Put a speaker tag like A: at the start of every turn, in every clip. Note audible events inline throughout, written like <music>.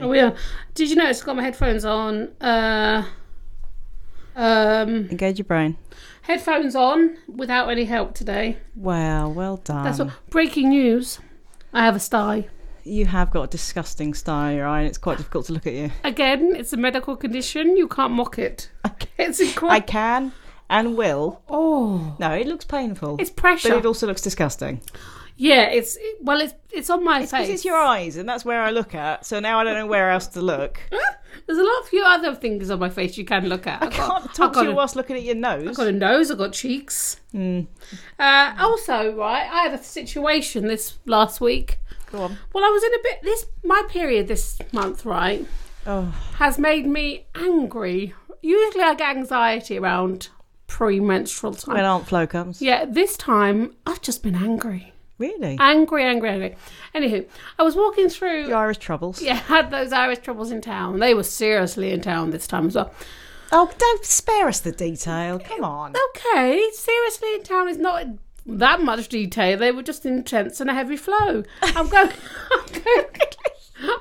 A: Oh yeah. Did you notice I've got my headphones on? Uh, um,
B: Engage your brain.
A: headphones on without any help today.
B: Wow, well done.
A: That's what, breaking news. I have a sty.
B: You have got a disgusting style, right? It's quite difficult to look at you.
A: <laughs> Again, it's a medical condition. You can't mock it. It's
B: I
A: incredible.
B: can and will.
A: Oh,
B: No, it looks painful.
A: it's pressure.
B: but it also looks disgusting.
A: yeah, it's well, it's it's on my face.
B: Because it's your eyes, and that's where I look at. So now I don't know where else to look.
A: There's a lot of few other things on my face you can look at.
B: I
A: <laughs>
B: can't
A: I've
B: talk
A: got
B: to you
A: a-
B: whilst looking at your
A: I've
B: nose.
A: got a nose, I've got cheeks.
B: Mm.
A: Uh, also, right, I had a situation this last week.
B: Go on.
A: Well, I was in a bit, this, my period this month, right,
B: Oh,
A: has made me angry. Usually I get anxiety around premenstrual time.
B: when Aunt Flo comes.
A: yeah, Uh, this time I've just been angry.
B: Really?
A: Angry, angry, angry. Anywho, I was walking through.
B: Your Irish troubles.
A: Yeah, <laughs> had those Irish troubles in town. They were seriously in town this time as well.
B: Oh, don't spare us the detail. Come on.
A: Okay, seriously, in town is not in that much detail. They were just intense and a heavy flow. I'm going, <laughs> I'm going,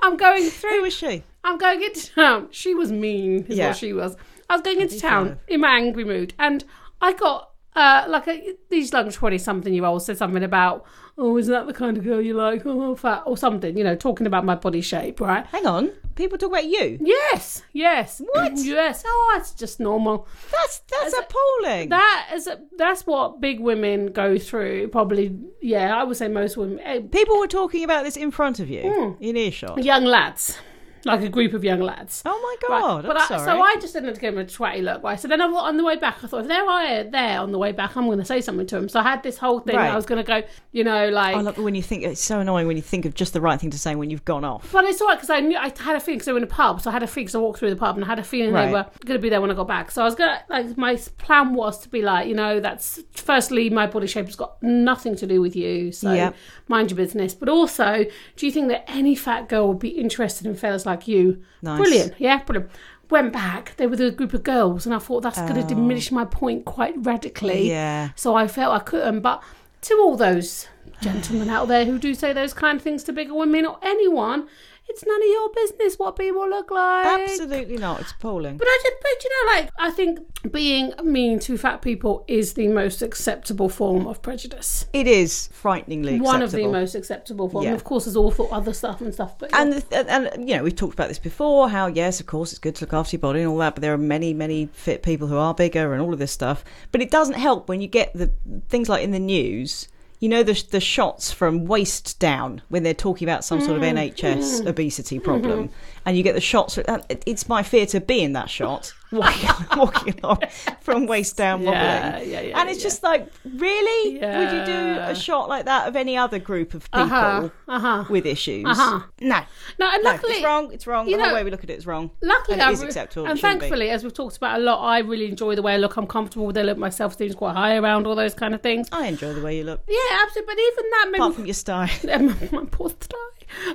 A: I'm going
B: Who
A: through.
B: is she?
A: I'm going into town. She was mean. Is
B: Yeah.
A: what she was. I was going into
B: flow.
A: town in my angry mood, and I got. Uh, like a, these like twenty-something-year-olds said something about, oh, is that the kind of girl you like, oh, fat or something, you know, talking about my body shape, right?
B: Hang on. People talk about you.
A: Yes, yes. What? Yes. Oh, it's just normal.
B: That's that's appalling.
A: That is that's what big women go through. Probably, yeah. I would say most women, eh,
B: People were talking about this in front of you,
A: Hmm.
B: in earshot.
A: young lads, like a group of young lads.
B: Oh my
A: Right,
B: god!
A: but
B: I'm
A: I,
B: sorry.
A: so I just ended up giving him a twatty look. Right. So then I, wa- on the way back, I thought if they're I- there on the way back, I'm going to say something to him. So I had this whole thing.
B: Right.
A: I was going to go, you know, like.
B: Oh, look, when you think it's so annoying when you think of just the right thing to say when you've gone off.
A: But it's alright because I knew I had a feeling because they were in a pub, so I had a feeling because I walked through the pub and I had a feeling
B: Right.
A: they were going to be there when I got back. So I was gonna like my s- plan was to be like, you know, that's firstly my body shape has got nothing to do with you, so
B: Yeah.
A: mind your business. But also, do you think that any fat girl would be interested in fellas like you?
B: Nice.
A: Brilliant, yeah, brilliant. Went back, they were with a group of girls, and I thought that's going to diminish my point quite radically.
B: Oh. Yeah.
A: So I felt I couldn't. But to all those gentlemen out there who do say those kind of things to bigger women or anyone, it's none of your business what people look like.
B: Absolutely not. It's appalling.
A: But I just, but you know, like I think being mean to fat people is the most acceptable form of prejudice.
B: It is frighteningly acceptable.
A: One of the most acceptable form.
B: Yeah.
A: Of course, there's awful other stuff and stuff, but
B: And, and and you know we've talked about this before. How yes, of course, it's good to look after your body and all that. But there are many many fit people who are bigger and all of this stuff. But it doesn't help when you get the things like in the news. You know the the shots from waist down when they're talking about some
A: Mm.
B: sort of
A: Mm-hmm.
B: NHS obesity problem, and you get the shots. and it- It's my fear to be in that shot walking <laughs> walking along from waist down wobbling.
A: Yeah, yeah, yeah,
B: and it's
A: yeah.
B: just like, really, would you do
A: Yeah.
B: a shot like that of any other group of people
A: uh-huh, uh-huh.
B: with issues?
A: Uh-huh.
B: No,
A: No, and
B: no,
A: luckily,
B: it's wrong. It's wrong.
A: you
B: The whole
A: know-
B: way we look at it is wrong.
A: Luckily,
B: and it
A: I
B: is
A: re-
B: acceptable.
A: and
B: it shouldn't be.
A: thankfully, as we've talked about a lot, I really enjoy the way I look. I'm comfortable with the look myself. Seems quite high around all those kind of things.
B: I enjoy the way you look.
A: Yeah, absolutely. But even that made me <laughs>
B: Oh. Apart from your style,
A: um, my poor thigh.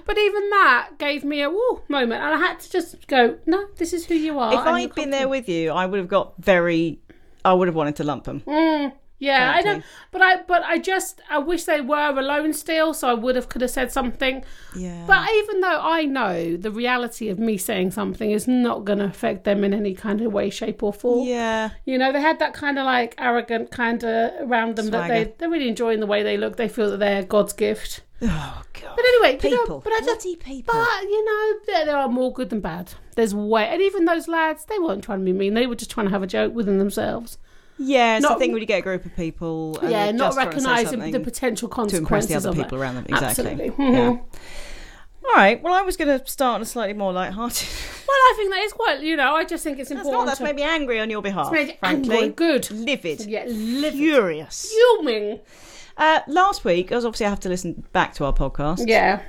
A: But even that gave me a whoa moment, and I had to just go, no, this is who you are.
B: if
A: and you're
B: I'd been there
A: comfortable."
B: with you, I would have got very. I would have wanted to lump them.
A: Mm. yeah, I know.
B: frankly.
A: But I, but I just, I wish they were alone still, so I would have could have said something.
B: Yeah.
A: But even though I know the reality of me saying something is not going to affect them in any kind of way, shape, or form.
B: yeah.
A: You know, they had that kind of like arrogant kind of around them that
B: Swagger.
A: they they're really enjoying the way they look. They feel that they're God's gift.
B: Oh God.
A: But anyway, you know,
B: People.
A: but I just
B: Bloody people.
A: But you know, there, there are more good than bad. There's way, and even those lads, they weren't trying to be mean. They were just trying to have a joke within themselves.
B: yeah, it's
A: not-
B: the thing when you get a group of people. And
A: yeah,
B: they're
A: not
B: just trying to say
A: recognizing
B: something
A: the potential
B: to impress
A: consequences
B: the other
A: of
B: people
A: it.
B: around them. Exactly.
A: Absolutely.
B: Yeah.
A: Mhm.
B: All right. Well, I was going to start on a slightly more light-hearted.
A: <laughs> Well, I think that is quite. You know, I just think it's
B: <laughs> that's not.
A: important.
B: That's made me angry on your behalf.
A: to make
B: frankly,
A: angry good.
B: livid,
A: Yeah, livid.
B: furious.
A: Fuming.
B: Uh, last week, because obviously I have to listen back to our podcast
A: Yeah. Mm-hmm.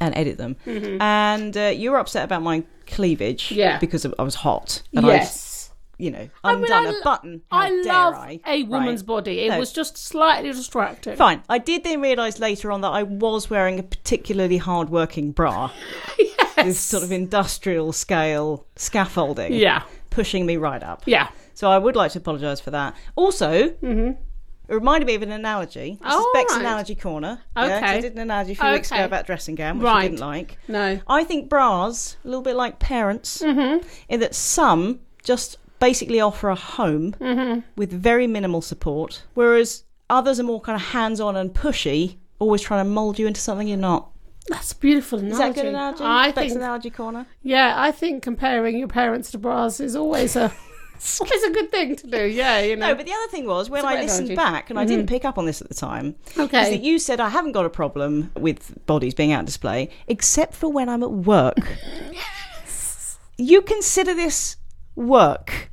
B: and edit them, and uh, you were upset about my cleavage,
A: Yeah.
B: because of- I was hot, and
A: yes.
B: I've, you know,
A: I mean,
B: undone
A: I
B: a
A: lo-
B: button. How
A: I
B: dare
A: love
B: I?
A: a woman's
B: Right.
A: body. It
B: No.
A: was just slightly distracting.
B: Fine. I did then realise later on that I was wearing a particularly hard-working bra with sort of industrial scale scaffolding,
A: Yeah.
B: pushing me right up.
A: Yeah.
B: So I would like to apologise for that. Also, It reminded me of an analogy. This
A: Oh,
B: is Beck's
A: Mm-hmm. right.
B: analogy corner. Yeah, 'cause I
A: Okay.
B: did an analogy a few weeks ago
A: Okay.
B: about dressing gown, which I
A: Right.
B: didn't like.
A: No.
B: I think bras, a little bit like parents,
A: Mm-hmm.
B: in that some just basically offer a home
A: Mm-hmm.
B: with very minimal support, whereas others are more kind of hands on and pushy, always trying to mould you into something you're not.
A: That's a beautiful analogy.
B: Is that a good analogy?
A: I
B: Beck's
A: think,
B: analogy corner.
A: yeah, I think comparing your parents to bras is always
B: <laughs>
A: a it's always a good thing to do. Yeah, you know.
B: No, but the other thing was when
A: a
B: I
A: great
B: listened
A: analogy. Mm-hmm.
B: back, and I didn't pick up on this at the time, is
A: okay.
B: that you said I haven't got a problem with bodies being out of display, except for when I'm at work. You consider this work.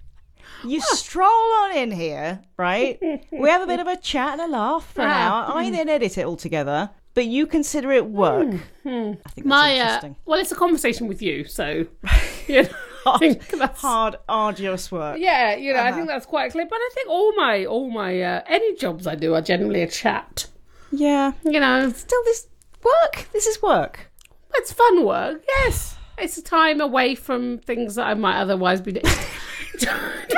B: You stroll on in here, right? we have a bit of a chat and a laugh for an
A: Ah. Hmm,
B: hour. I then edit it all together, but you consider it work. I think that's
A: My uh,
B: interesting.
A: well, it's a conversation with you,
B: <laughs>
A: so you know, <laughs> I think that's
B: Hard, Uh-huh. arduous work.
A: yeah, you know, I think that's quite clear. But I think all my all my uh, any jobs I do are generally a chat.
B: Yeah.
A: You know,
B: Still, this work. This is work.
A: It's fun work, yes. It's a time away from things that I might otherwise be, do- <laughs>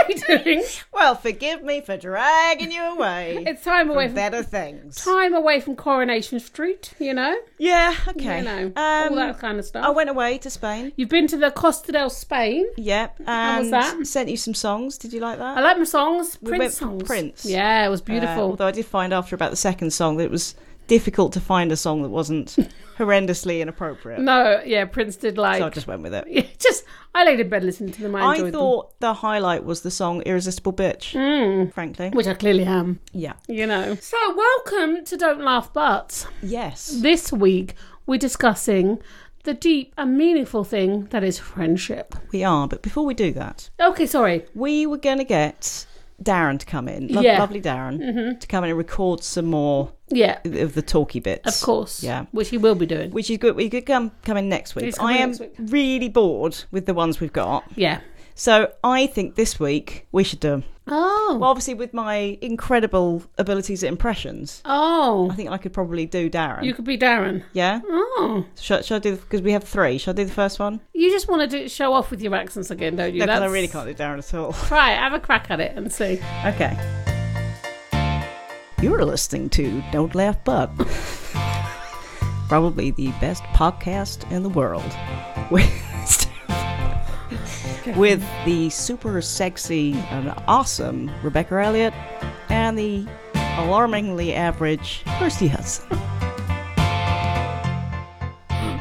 A: be doing.
B: Well, forgive me for dragging you away.
A: It's time away from
B: <laughs> Better things.
A: time away from Coronation Street, you know,
B: Yeah, okay.
A: you know, all
B: um,
A: that kind of stuff.
B: I went away to Spain.
A: You've been to the Costa del Spain.
B: Yep.
A: was
B: And
A: that?
B: sent you some songs. Did you like that?
A: I like my songs, Prince
B: went for
A: songs.
B: Prince.
A: yeah, it was
B: Uh,
A: beautiful.
B: although I did find after about the second song that it was difficult to find a song
A: <laughs>
B: that wasn't horrendously inappropriate.
A: no, yeah, Prince did like
B: So I just went with it.
A: <laughs> Yeah, just I laid in bed listening to them. I
B: I
A: enjoyed
B: thought the highlight was the song Irresistible Bitch, frankly.
A: them, which I clearly am.
B: Yeah.
A: You know. So welcome to Don't Laugh But.
B: Yes.
A: This week, we're discussing the deep and meaningful thing that is friendship.
B: We are. But before we do that,
A: Okay, sorry.
B: we were going to get Darren to come in. Lo-
A: Yeah. Mm-hmm.
B: Lovely Darren. To come in and record some more
A: Yeah,
B: of the talky
A: of
B: bits.
A: course.
B: Yeah.
A: Which he will be doing.
B: which is good. We could come come in next week.
A: He's
B: I
A: coming
B: am
A: next week.
B: really bored with the ones we've got,
A: Yeah.
B: so I think this week we should do 'em.
A: Oh.
B: Well, obviously, with my incredible abilities at impressions, I
A: oh.
B: think I could probably do Darren.
A: You could be Darren.
B: Yeah,
A: Oh.
B: should, should I do because we have three? Should I do the first one?
A: You just want to do, show off with your accents again, don't you?
B: No, 'cause I
A: That's-
B: really can't do Darren at all.
A: Try it. Have a crack at it and see.
B: Okay. You're listening to Don't Laugh But. <laughs> Probably the best podcast in the world. <laughs> With, with the super sexy and awesome Rebecca Elliott and the alarmingly average Kirsty Hudson.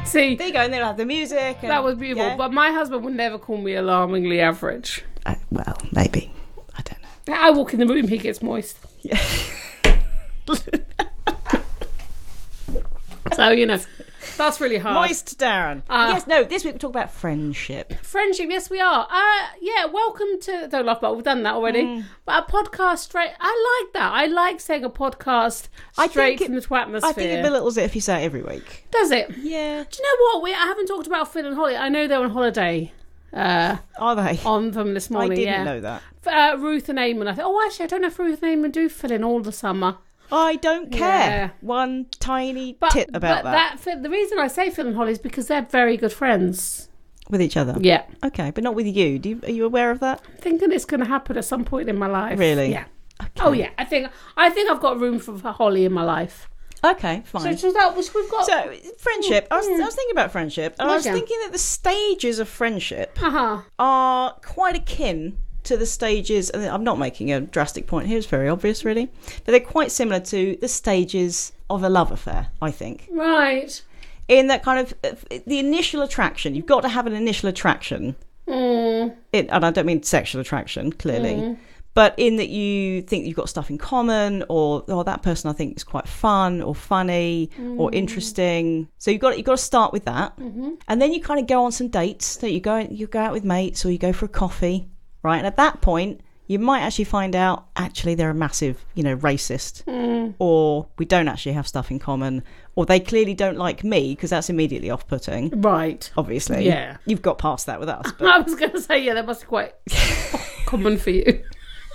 A: See,
B: There you go, and then I have the music. and-
A: that was beautiful.
B: yeah.
A: But my husband would never call me alarmingly average.
B: Uh, well, maybe. I don't know.
A: I walk in the room, he gets moist.
B: Yeah.
A: So, you know, that's really hard.
B: <laughs> Moist Darren.
A: Uh,
B: yes, no, this week we talk about friendship.
A: Friendship, yes, we are. Uh, yeah, welcome to Don't Laugh But. We've done that already.
B: Mm.
A: But a podcast straight. I like that. I like saying a podcast
B: I think
A: straight
B: it-
A: from the atmosphere.
B: I think it belittles it if you say it every week.
A: Does it?
B: Yeah.
A: Do you know what? We I haven't talked about Phil and Holly. I know they're on holiday. Uh,
B: Are they?
A: on from this
B: I
A: morning.
B: didn't
A: yeah.
B: know that.
A: F- Uh, Ruth and Eamon. I thought. Oh, actually, I don't know if Ruth and Eamon do fill in all the summer.
B: I don't care.
A: Yeah.
B: One tiny
A: But,
B: tit about
A: but
B: that.
A: that. The reason I say Phil and Holly is because they're very good friends.
B: with each other.
A: Yeah.
B: Okay, but not with you. Do you. Are you aware of that?
A: thinking it's going to happen at some point in my life.
B: Really?
A: Yeah. Oh yeah, I think I think I've got room for, for Holly in my life.
B: Okay,
A: So
B: fine. So, uh,
A: just that which we've got.
B: friendship. I was, I was thinking about friendship, and I was
A: Okay.
B: thinking that the stages of friendship
A: uh huh.
B: are quite akin to the stages. And I'm not making a drastic point here; it's very obvious, really. But they're quite similar to the stages of a love affair. I think.
A: Right.
B: in that kind of uh, the initial attraction. You've got to have an initial attraction. It, and I don't mean sexual attraction, clearly, but in that you think you've got stuff in common, or oh, that person I think is quite fun, or funny, or interesting. So you've got you've got to start with that, and then you kind of go on some dates. That you go you go out with mates, or you go for a coffee, right? And at that point. You might actually find out actually they're a massive, you know, racist or we don't actually have stuff in common, or they clearly don't like me because that's immediately off putting,
A: Right. <laughs>
B: obviously.
A: Yeah.
B: You've got past that with us. But... <laughs>
A: I was going to say yeah, that must be quite common for you.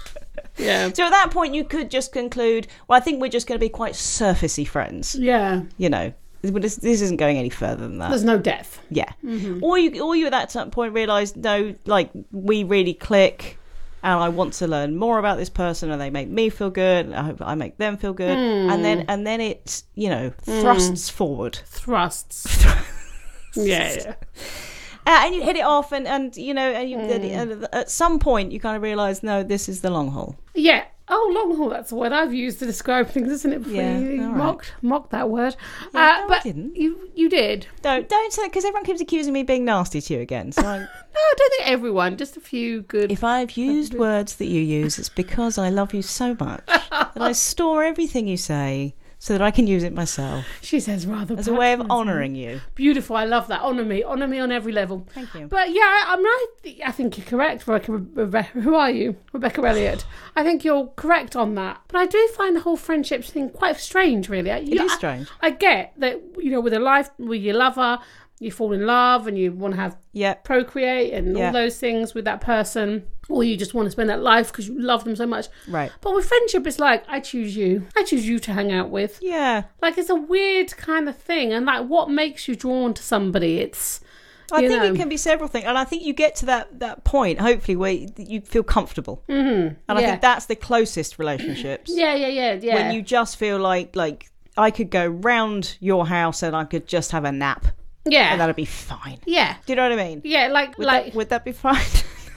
B: <laughs>
A: yeah.
B: so at that point, you could just conclude, well, I think we're just going to be quite surfacey friends,
A: Yeah.
B: you know. But this, this isn't going any further than that.
A: There's no death.
B: Yeah. Or you, or you at that t- point realise, no, like we really click, and I want to learn more about this person, and they make me feel good. And I hope I make them feel good, and then and then it's you know thrusts forward,
A: Thrusts. yeah, yeah.
B: uh, and you hit it off, and and you know, and you,
A: Mm.
B: and at some point you kind of realize, no, this is the long haul.
A: Yeah. Oh, long haul. That's the word I've used to describe things, isn't it? Before
B: Yeah,
A: you you
B: all right.
A: mocked mocked that word.
B: Yeah,
A: uh,
B: no, I
A: but
B: didn't.
A: you you did.
B: Don't don't say because everyone keeps accusing me of being nasty to you again.
A: <laughs>
B: So I,
A: No, I don't think everyone. Just a few good.
B: if I've used words that you use, it's because I love you so much that
A: <laughs>
B: I store everything you say so that I can use it myself
A: she says rather
B: as a way of
A: patronizing.
B: honouring you.
A: Beautiful. I love that. Honor me. Honor me on every level.
B: Thank you.
A: But yeah, I- I'm right. I think you're correct, Rebecca. Rebe- Who are you, Rebecca Elliott? I think you're correct on that. But I do find the whole friendships thing quite strange, really. It
B: is strange.
A: I, get that you know, with a life with your lover, you fall in love and you want to have
B: Yep.
A: procreate and
B: Yeah.
A: all those things with that person, or you just want to spend that life because you love them so much.
B: Right.
A: But with friendship, it's like I choose you. I choose you to hang out with.
B: Yeah.
A: Like it's a weird kind of thing, and like what makes you drawn to somebody? It's
B: I
A: you
B: think
A: know.
B: it can be several things, and I think you get to that that point hopefully where you- you feel comfortable, mm-hmm. and I
A: yeah.
B: think that's the closest relationships
A: yeah, yeah, yeah, yeah.
B: when you just feel like like I could go round your house and I could just have a nap, and
A: yeah,
B: that'd be fine.
A: yeah,
B: Do you know what I mean?
A: yeah, like
B: Would
A: like
B: that, would that be fine?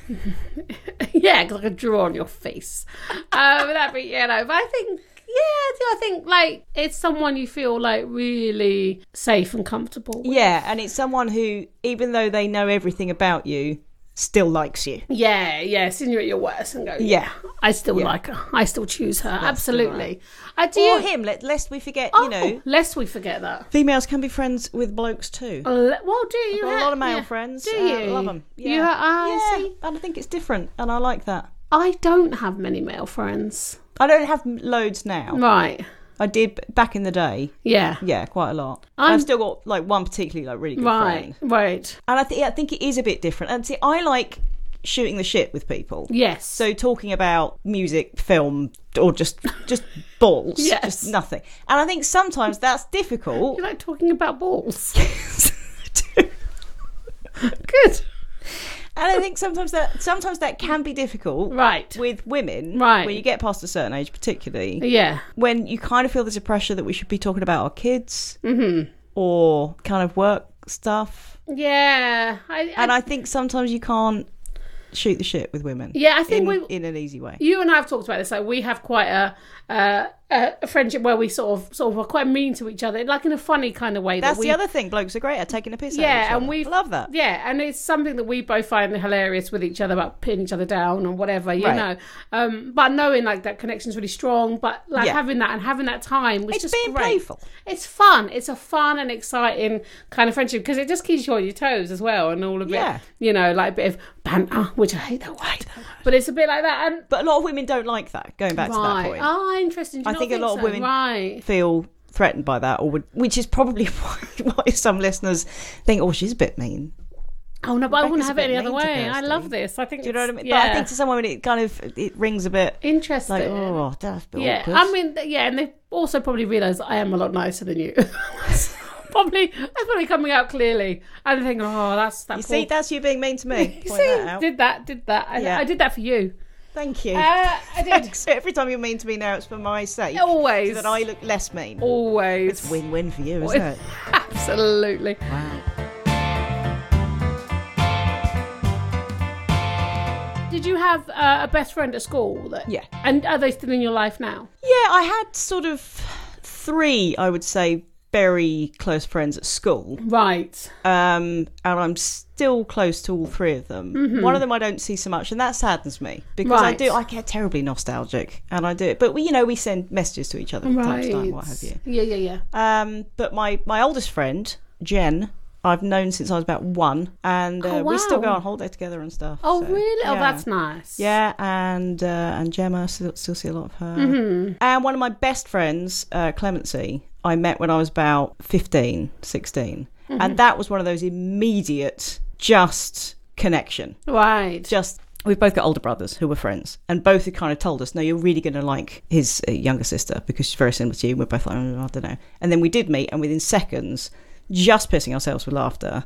B: <laughs>
A: <laughs> yeah, 'cause I could draw on your face. Um, that'd be you know. But I think yeah, I do. I think like it's someone you feel like really safe and comfortable. With.
B: yeah, and it's someone who, even though they know everything about you, still likes you.
A: Yeah, yeah, seeing you at your worst and go,
B: Yeah.
A: I still like her. I still choose her. Absolutely. I do. oh,
B: Or him, let, lest we forget, you know,
A: lest we forget that.
B: females can be friends with blokes too.
A: Le- Well, do you?
B: Got a
A: ha-
B: lot of male
A: Oh, yeah.
B: friends.
A: Do
B: uh,
A: you?
B: love them. Yeah.
A: You ha- I
B: yeah.
A: see.
B: And I think it's different, and I like that.
A: I don't have many male friends.
B: I don't have m- loads now.
A: Right.
B: I did b- back in the day.
A: Yeah.
B: Yeah, quite a lot.
A: I'm-
B: I've still got like one particularly like really good
A: Right.
B: friend,
A: Right.
B: and I think I think it is a bit different. And see, I like shooting the shit with people.
A: Yes.
B: So talking about music, film, or just just balls,
A: <laughs> Yes.
B: just nothing. And I think sometimes that's
A: <laughs>
B: difficult.
A: you like talking about balls.
B: <laughs> and
A: Good.
B: I think sometimes that sometimes that can be difficult
A: Right.
B: with women,
A: Right.
B: When you get past a certain age, particularly
A: Yeah.
B: when you kind of feel there's a pressure that we should be talking about our kids
A: Mm-hmm.
B: or kind of work stuff.
A: Yeah. I, I,
B: And I think sometimes you can't shoot the shit with women.
A: yeah. I think
B: in,
A: we.
B: in an easy way.
A: you and I have talked about this. Like we have quite a uh, a a friendship where we sort of sort of are quite mean to each other, like in a funny kind of way.
B: That's
A: that we,
B: the other thing. Blokes are great at taking a piss. out of
A: Yeah,
B: each
A: and
B: other.
A: we've-
B: love that.
A: Yeah, and it's something that we both find hilarious with each other about pinning each other down or whatever, you
B: Right.
A: know. Um, but knowing like that connection's really strong, but like
B: Yeah.
A: having that and having that time was
B: It's
A: just
B: being
A: great.
B: playful.
A: It's fun. It's a fun and exciting kind of friendship because it just keeps you on your toes as well, and all of
B: Yeah.
A: it. You know, like a bit of banter, which I hate that word, but it's a bit like that. And
B: But a lot of women don't like that. Going back to that
A: right,
B: point,
A: ah, interesting. Do you
B: I
A: not
B: think a lot of
A: so?
B: women-
A: right.
B: feel threatened by that, or would, which is probably <laughs> why, why some listeners think, "Oh, she's a bit mean."
A: Oh no, but I wouldn't
B: Rebecca's a
A: have it
B: bit
A: any other
B: mean to
A: way. I
B: Kirsty.
A: love this. I think
B: Do you know what I mean?
A: Yeah.
B: But I think to some women, it kind of it rings a bit
A: interesting.
B: like, "Oh, that's a bit
A: Yeah,
B: awkward."
A: I mean, th- yeah, and they also probably realise I am a lot nicer than you. <laughs> probably, that's probably coming out clearly. And they think, oh, that's that.
B: you
A: poor-
B: see, that's you being mean to me.
A: <laughs> You
B: Point
A: see,
B: that out.
A: did that, did that. I,
B: Yeah.
A: I did that for you.
B: Thank you. <laughs>
A: Uh, I did <laughs>
B: so every time you're mean to me now, it's for my sake.
A: always,
B: So that I look less mean.
A: always,
B: Win-win for you, isn't it?
A: <laughs> absolutely.
B: Wow.
A: Did you have uh, a best friend at school? That,
B: Yeah.
A: and are they still in your life now?
B: Yeah, I had sort of three, I would say, very close friends at school.
A: Right.
B: um, and I'm still close to all three of them. One of them I don't see so much, and that saddens me because I
A: Mm-hmm. Right.
B: do. I get terribly nostalgic, and I do it. But we, you know, we send messages to each other from time
A: Right.
B: to time, what have you.
A: Yeah, yeah, yeah.
B: Um, but my my oldest friend Jen, I've known since I was about one, and uh,
A: Oh,
B: we still go
A: wow.
B: on holiday together and stuff.
A: Oh,
B: so,
A: really? Oh,
B: yeah.
A: that's nice.
B: Yeah, and uh, and Gemma, I still, still see a lot of her. And one of my best friends, uh, Clemency, I met when I was about 15, 16. And that was one of those immediate, just connection.
A: Right.
B: Just, we've both got older brothers who were friends, and both had kind of told us, no, you're really going to like his uh, younger sister because she's very similar to you. And we're both like, "Mm, I don't know. And then we did meet, and within seconds, just pissing ourselves with laughter.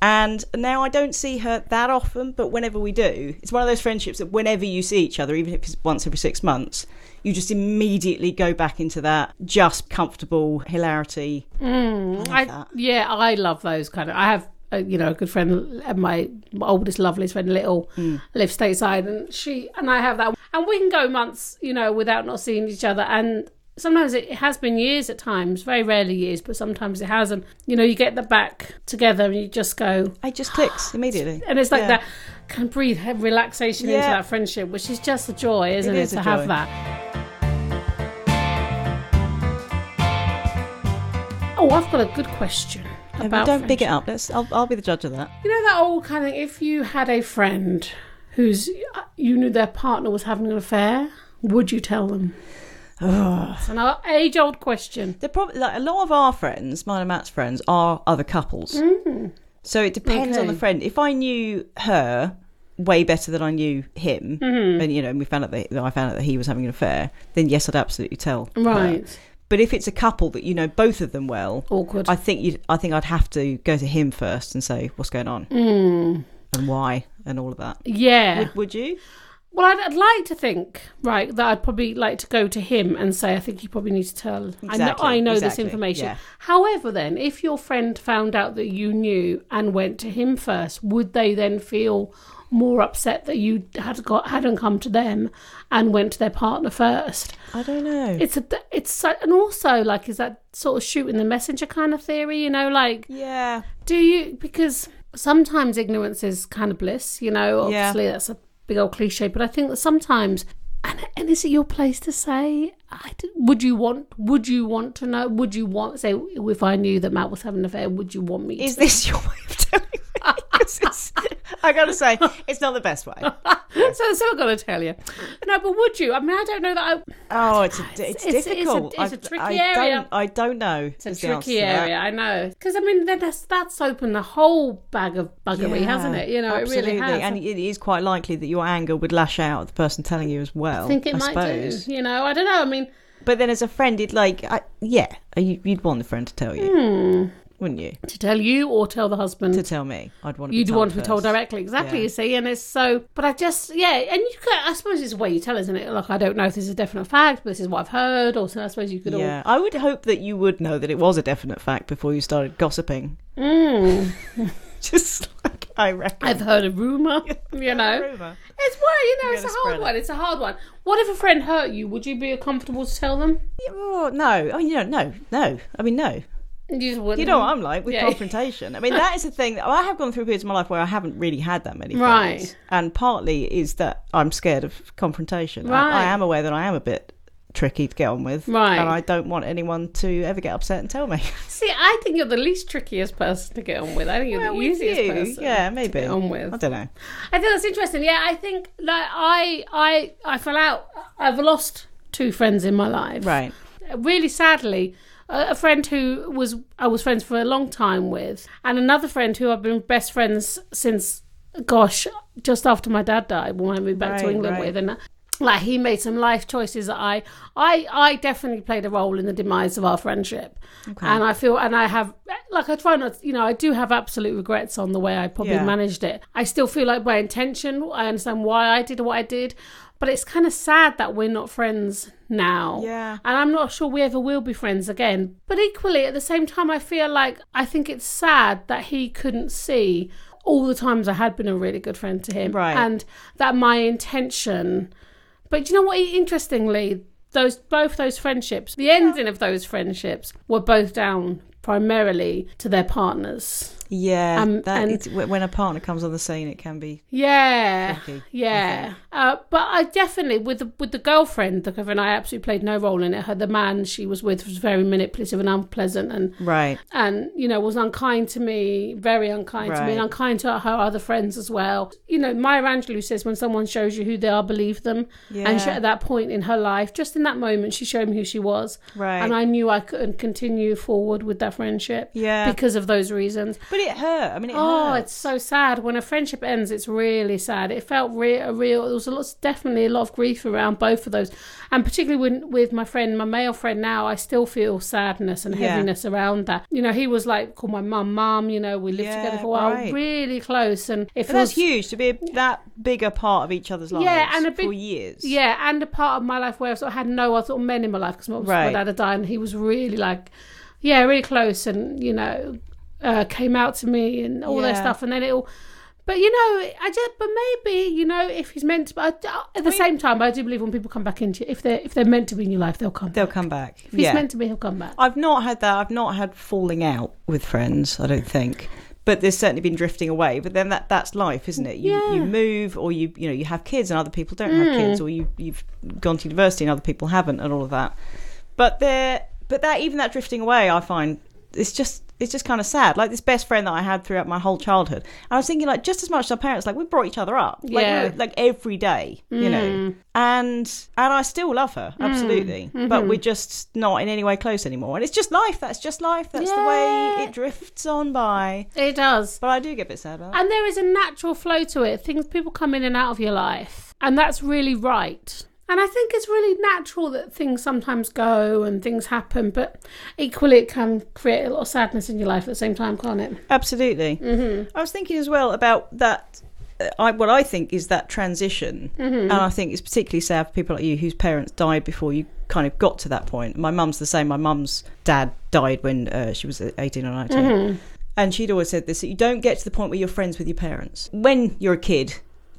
B: And now I don't see her that often, but whenever we do, it's one of those friendships that whenever you see each other, even if it's once every six months, you just immediately go back into that just comfortable hilarity.
A: Mm, I,
B: that.
A: yeah, I love those kind of. I have, uh, you know, a good friend, uh, my, my oldest, loveliest friend, Little, lives stateside, and she and I have that, and we can go months, you know, without not seeing each other, and sometimes it has been years at times, very rarely years, but sometimes it has, and you know, you get the back together, and you just go,
B: It just
A: <gasps>
B: clicks immediately.
A: and it's like
B: Yeah.
A: that can breathe have relaxation into
B: Yeah.
A: that friendship, which is just a joy, isn't it,
B: is
A: to
B: a
A: have
B: joy.
A: that. Oh, I've got a good question
B: And
A: about.
B: don't big it
A: friendship.
B: up. Let's. I'll, I'll be the
A: <sighs>
B: judge of that. <sighs>
A: You know that old kind of if you had a friend who's uh, you knew their partner was having an affair, would you tell them? It's an age-old question.
B: The prob- like a lot of our friends, mine and Matt's friends, are other couples. So it depends on
A: Mm. Okay.
B: the friend. If I knew her way better than I knew him,
A: Mm-hmm.
B: and you know, we found out that that I found out that he was having an affair, then yes, I'd absolutely tell. her.
A: Right,
B: But if it's a couple that you know both of them well,
A: awkward.
B: I think you. I think I'd have to go to him first and say what's going on
A: Mm.
B: and why and all of that.
A: Yeah.
B: Would, would you?
A: Well, I'd, I'd like to think, right, that I'd probably like to go to him and say, I think you probably need to tell. I know,
B: Exactly,
A: I know this
B: exactly,
A: information.
B: yeah.
A: However, then, if your friend found out that you knew and went to him first, would they then feel more upset that you had got hadn't come to them and went to their partner first?
B: I don't know.
A: It's a, it's so, and also like, is that sort of shooting the messenger kind of theory? You know, like
B: yeah.
A: do you? Because sometimes ignorance is kind of bliss, you know.
B: Yeah.
A: Obviously, that's a big old cliche, but I think that sometimes, and, and is it your place to say? I d- would you want? Would you want to know? Would you want say if I knew that Matt was having an affair? Would you want me?
B: Is this <laughs> your way of telling me? 'Cause it's- I gotta say, it's not the best way.
A: to? <laughs> So, so I've got to tell you. No, but would you? I mean, I don't know that. I,
B: Oh, it's a,
A: Ah, it's-
B: it's,
A: it's a-
B: difficult.
A: it's a
B: I-
A: tricky
B: I
A: area.
B: Don't, I don't know. It's
A: It's a tricky area, I know. Because I mean, then that's that's opened a whole bag of buggery, hasn't it? You know, it really has.
B: and it is quite likely that your anger would lash out at the person telling you as well.
A: I think it
B: I
A: might
B: suppose.
A: do. You know, I don't know. I mean,
B: But then, as a friend, it like, I, yeah, uh, you, you'd want the friend to tell you,
A: Hmm.
B: wouldn't you?
A: to tell you or tell the husband.
B: To tell me, I'd want. To
A: You'd
B: be told
A: want to be told
B: first.
A: directly, exactly.
B: Yeah.
A: You see, and it's so. But I just, yeah, and you could. I suppose it's the way you tell, isn't it? Like I don't know if this is a definite fact, but this is what I've heard. Or so I suppose you could all.
B: Yeah, I would hope that you would know that it was a definite fact before you started gossiping. <laughs>
A: Mm,
B: Just like I reckon.
A: I've heard a rumor. <laughs> you know,
B: Rumour.
A: it's well, you know,
B: You're
A: it's a
B: gonna
A: hard
B: spread it.
A: one. It's a hard one. What if a friend hurt you? Would you be comfortable to tell them?
B: Yeah, oh, no, I mean, you know, no, no. I mean, no.
A: You just wouldn't.
B: You know what I'm like with
A: Yeah.
B: confrontation. I mean, that is the thing. That, I have gone through periods in my life where I haven't really had that many.
A: Right.
B: friends. And partly is that I'm scared of confrontation. I, I
A: Right.
B: am aware that I am a bit tricky to get on with.
A: Right.
B: And I don't want anyone to ever get upset and tell me. <laughs>
A: See, I think you're the least trickiest person to get on with. I think you're
B: Well,
A: the
B: with
A: easiest
B: you,
A: person.
B: yeah, maybe.
A: get on with.
B: I don't know.
A: I think that's interesting. Yeah, I think like I I I fell out. I've lost two friends in my life.
B: Right.
A: Really sadly, a, a friend who was I was friends for a long time with, and another friend who I've been best friends since. Gosh, just after my dad died, when I moved back to
B: Right,
A: England
B: right.
A: with, and uh, like he made some life choices that I, I, I definitely played a role in the demise of our friendship, and I feel, and I have, like I try not, you know, I do have absolute regrets on the way I probably
B: Yeah.
A: managed managed it. I still feel like by intention, I understand why I did what I did, but it's kind of sad that we're not friends now.
B: Yeah.
A: And I'm not sure we ever will be friends again. But equally, at the same time, I feel like I think it's sad that he couldn't see all the times I had been a really good friend to him.
B: Right.
A: And that my intention. But you know what? E, Interestingly, those both those friendships, the ending of those friendships, were both down primarily to their partners.
B: Yeah.
A: Um,
B: that,
A: and-
B: it's, when a partner comes on the scene, it can be.
A: Yeah,
B: Tricky, I
A: yeah.
B: think.
A: Uh, but I definitely with the, with the girlfriend, the girlfriend I absolutely played no role in it. Her, the man she was with was very manipulative and unpleasant, and
B: Right.
A: and you know was unkind to me, very unkind to me, and
B: Right.
A: unkind to her other friends as well. You know, Maya Angelou says when someone shows you who they are, believe them.
B: Yeah.
A: And she, at that point in her life, just in that moment, she showed me who she was,
B: Right.
A: and I knew I couldn't continue forward with that friendship
B: yeah.
A: because of those reasons.
B: But it hurt. I mean, it
A: Oh,
B: hurts.
A: it's so sad. When a friendship ends, it's really sad. It felt real. A real there was a lot, definitely a lot of grief around both of those, and particularly when, with my friend, my male friend now, I still feel sadness and
B: Yeah.
A: heaviness around that. You know, he was like, call my mum, mum. You know, we lived
B: Yeah,
A: together for a while,
B: right.
A: really close, and it
B: But that's
A: feels
B: huge to be a, that big a part of each other's lives.
A: Yeah, and a
B: for
A: big-
B: years.
A: Yeah, and a part of my life where I sort of had no other sort of men in my life because my, my
B: Right.
A: dad had died, and he was really like, yeah, really close, and you know, uh, came out to me and all that
B: Yeah.
A: stuff, and then it all. But you know, I just. But maybe you know, if he's meant to. But I, at the same time, I do believe when people come back into if they're if they're meant to be in your life, they'll come.
B: they'll come back.
A: if he's
B: yeah.
A: meant to be, he'll come back.
B: I've not had that. I've not had falling out with friends. I don't think. But there's certainly been drifting away. But then that that's life, isn't it? You,
A: Yeah.
B: you move, or you you know you have kids, and other people don't have kids, or you you've gone to university and other people haven't, and all of that. But there, but that even that drifting away, I find it's just it's just kind of sad. Like this best friend that I had throughout my whole childhood, and I was thinking like just as much as our parents, like we brought each other up, like,
A: Yeah. Hmm.
B: we- like every day, you know. And and I still love her absolutely,
A: Mm-hmm.
B: but we're just not in any way close anymore. And it's just life. That's just life. That's the way
A: Yeah.
B: it drifts on by.
A: It does.
B: But I do get a bit sad about. That.
A: And there is a natural flow to it. Things people come in and out of your life, and that's really right. And I think it's really natural that things sometimes go and things happen, but equally it can create a lot of sadness in your life at the same time, can't it?
B: Absolutely.
A: Mm-hmm.
B: I was thinking as well about that. uh, I, what I think is that transition,
A: Mm-hmm.
B: and I think it's particularly sad for people like you whose parents died before you kind of got to that point. My mum's the same. My mum's dad died when uh, she was eighteen or 19
A: Mm-hmm.
B: and she'd always said this: that you don't get to the point where you're friends with your parents. When you're a kid,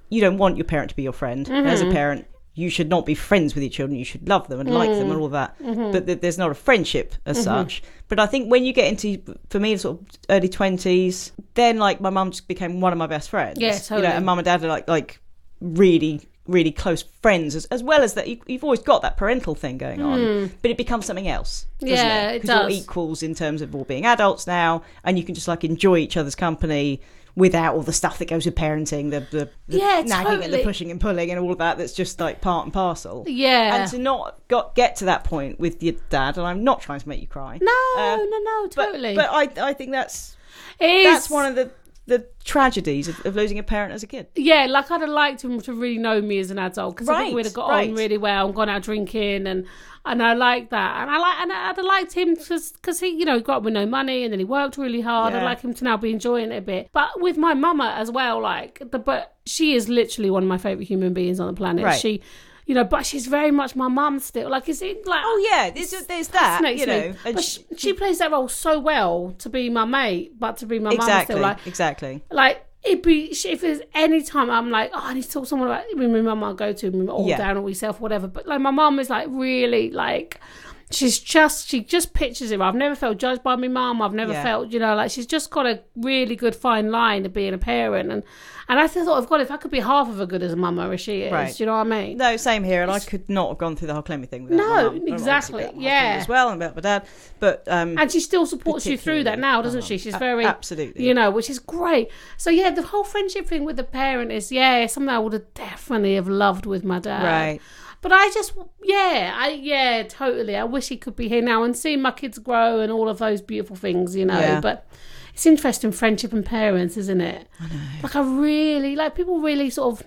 B: you don't want your parent to be your friend.
A: Mm-hmm.
B: As a parent, you should not be friends with your children. You should love them and like
A: Mm.
B: them and all that.
A: Mm-hmm.
B: But th- there's not a friendship as such. But I think when you get into, for me, sort of early twenties, then like my mum just became one of my best friends.
A: Yeah,
B: You
A: totally.
B: know, and mum and dad are like like really really close friends as, as well as that you, you've always got that parental thing going on but it becomes something else doesn't
A: Mm. Yeah, it
B: 'Cause you're
A: does.
B: equals in terms of all being adults now, and you can just like enjoy each other's company without all the stuff that goes with parenting, the, the, the
A: Yeah,
B: nagging and
A: totally.
B: the pushing and pulling and all of that. That's just like part and parcel.
A: Yeah.
B: And to not got get to that point with your dad, and I'm not trying to make you cry.
A: no,
B: Uh,
A: no, no,
B: but,
A: totally.
B: But I I think that's
A: it is,
B: that's one of the the tragedies of, of losing a parent as a kid.
A: yeah, like I'd have liked him to really know me as an adult because I think
B: Right,
A: we'd have got
B: right.
A: on really well and gone out drinking and and I like that and I like and I'd have liked him because he you know got up with no money and then he worked really hard. I'd
B: Yeah.
A: like him to now be enjoying it a bit, but with my mama as well, like the but she is literally one of my favorite human beings on the planet.
B: Right.
A: She. You know, but she's very much my mum still. Like, is it like?
B: Oh yeah, there's there's that
A: fascinates
B: you know.
A: me.
B: and
A: But
B: sh-
A: she, she plays that role so well to be my mate, but to be my mum
B: exactly,
A: still. Like,
B: exactly.
A: like it'd be sh- if there's any time I'm like, oh, I need to talk to someone about. I mean, my mum I'll go to my all
B: Yeah.
A: down on yourself, whatever. But like, my mum is like really like. She's just she just pictures it. I've never felt judged by my mum. I've never
B: Yeah.
A: felt you know like she's just got a really good fine line of being a parent, and and I thought, oh God, if I could be half of a good as a mama as she is,
B: Right.
A: you know what I mean?
B: No, same here, and I could not have gone through the whole Clemmy thing without
A: No,
B: my mum. I'm obviously
A: exactly,
B: about my
A: yeah.
B: husband as well, and about my dad, but um,
A: And she still supports you through that
B: particularly
A: now, doesn't
B: my
A: she?
B: mum.
A: She's
B: A-
A: very
B: absolutely.
A: you know, which is great. So yeah, the whole friendship thing with the parent is yeah something I would have definitely have loved with my dad.
B: Right.
A: But I just yeah I yeah totally. I wish he could be here now and seeing my kids grow and all of those beautiful things, you know.
B: Yeah.
A: But it's interesting friendship and parents, isn't it? I know. Like I really like people really sort of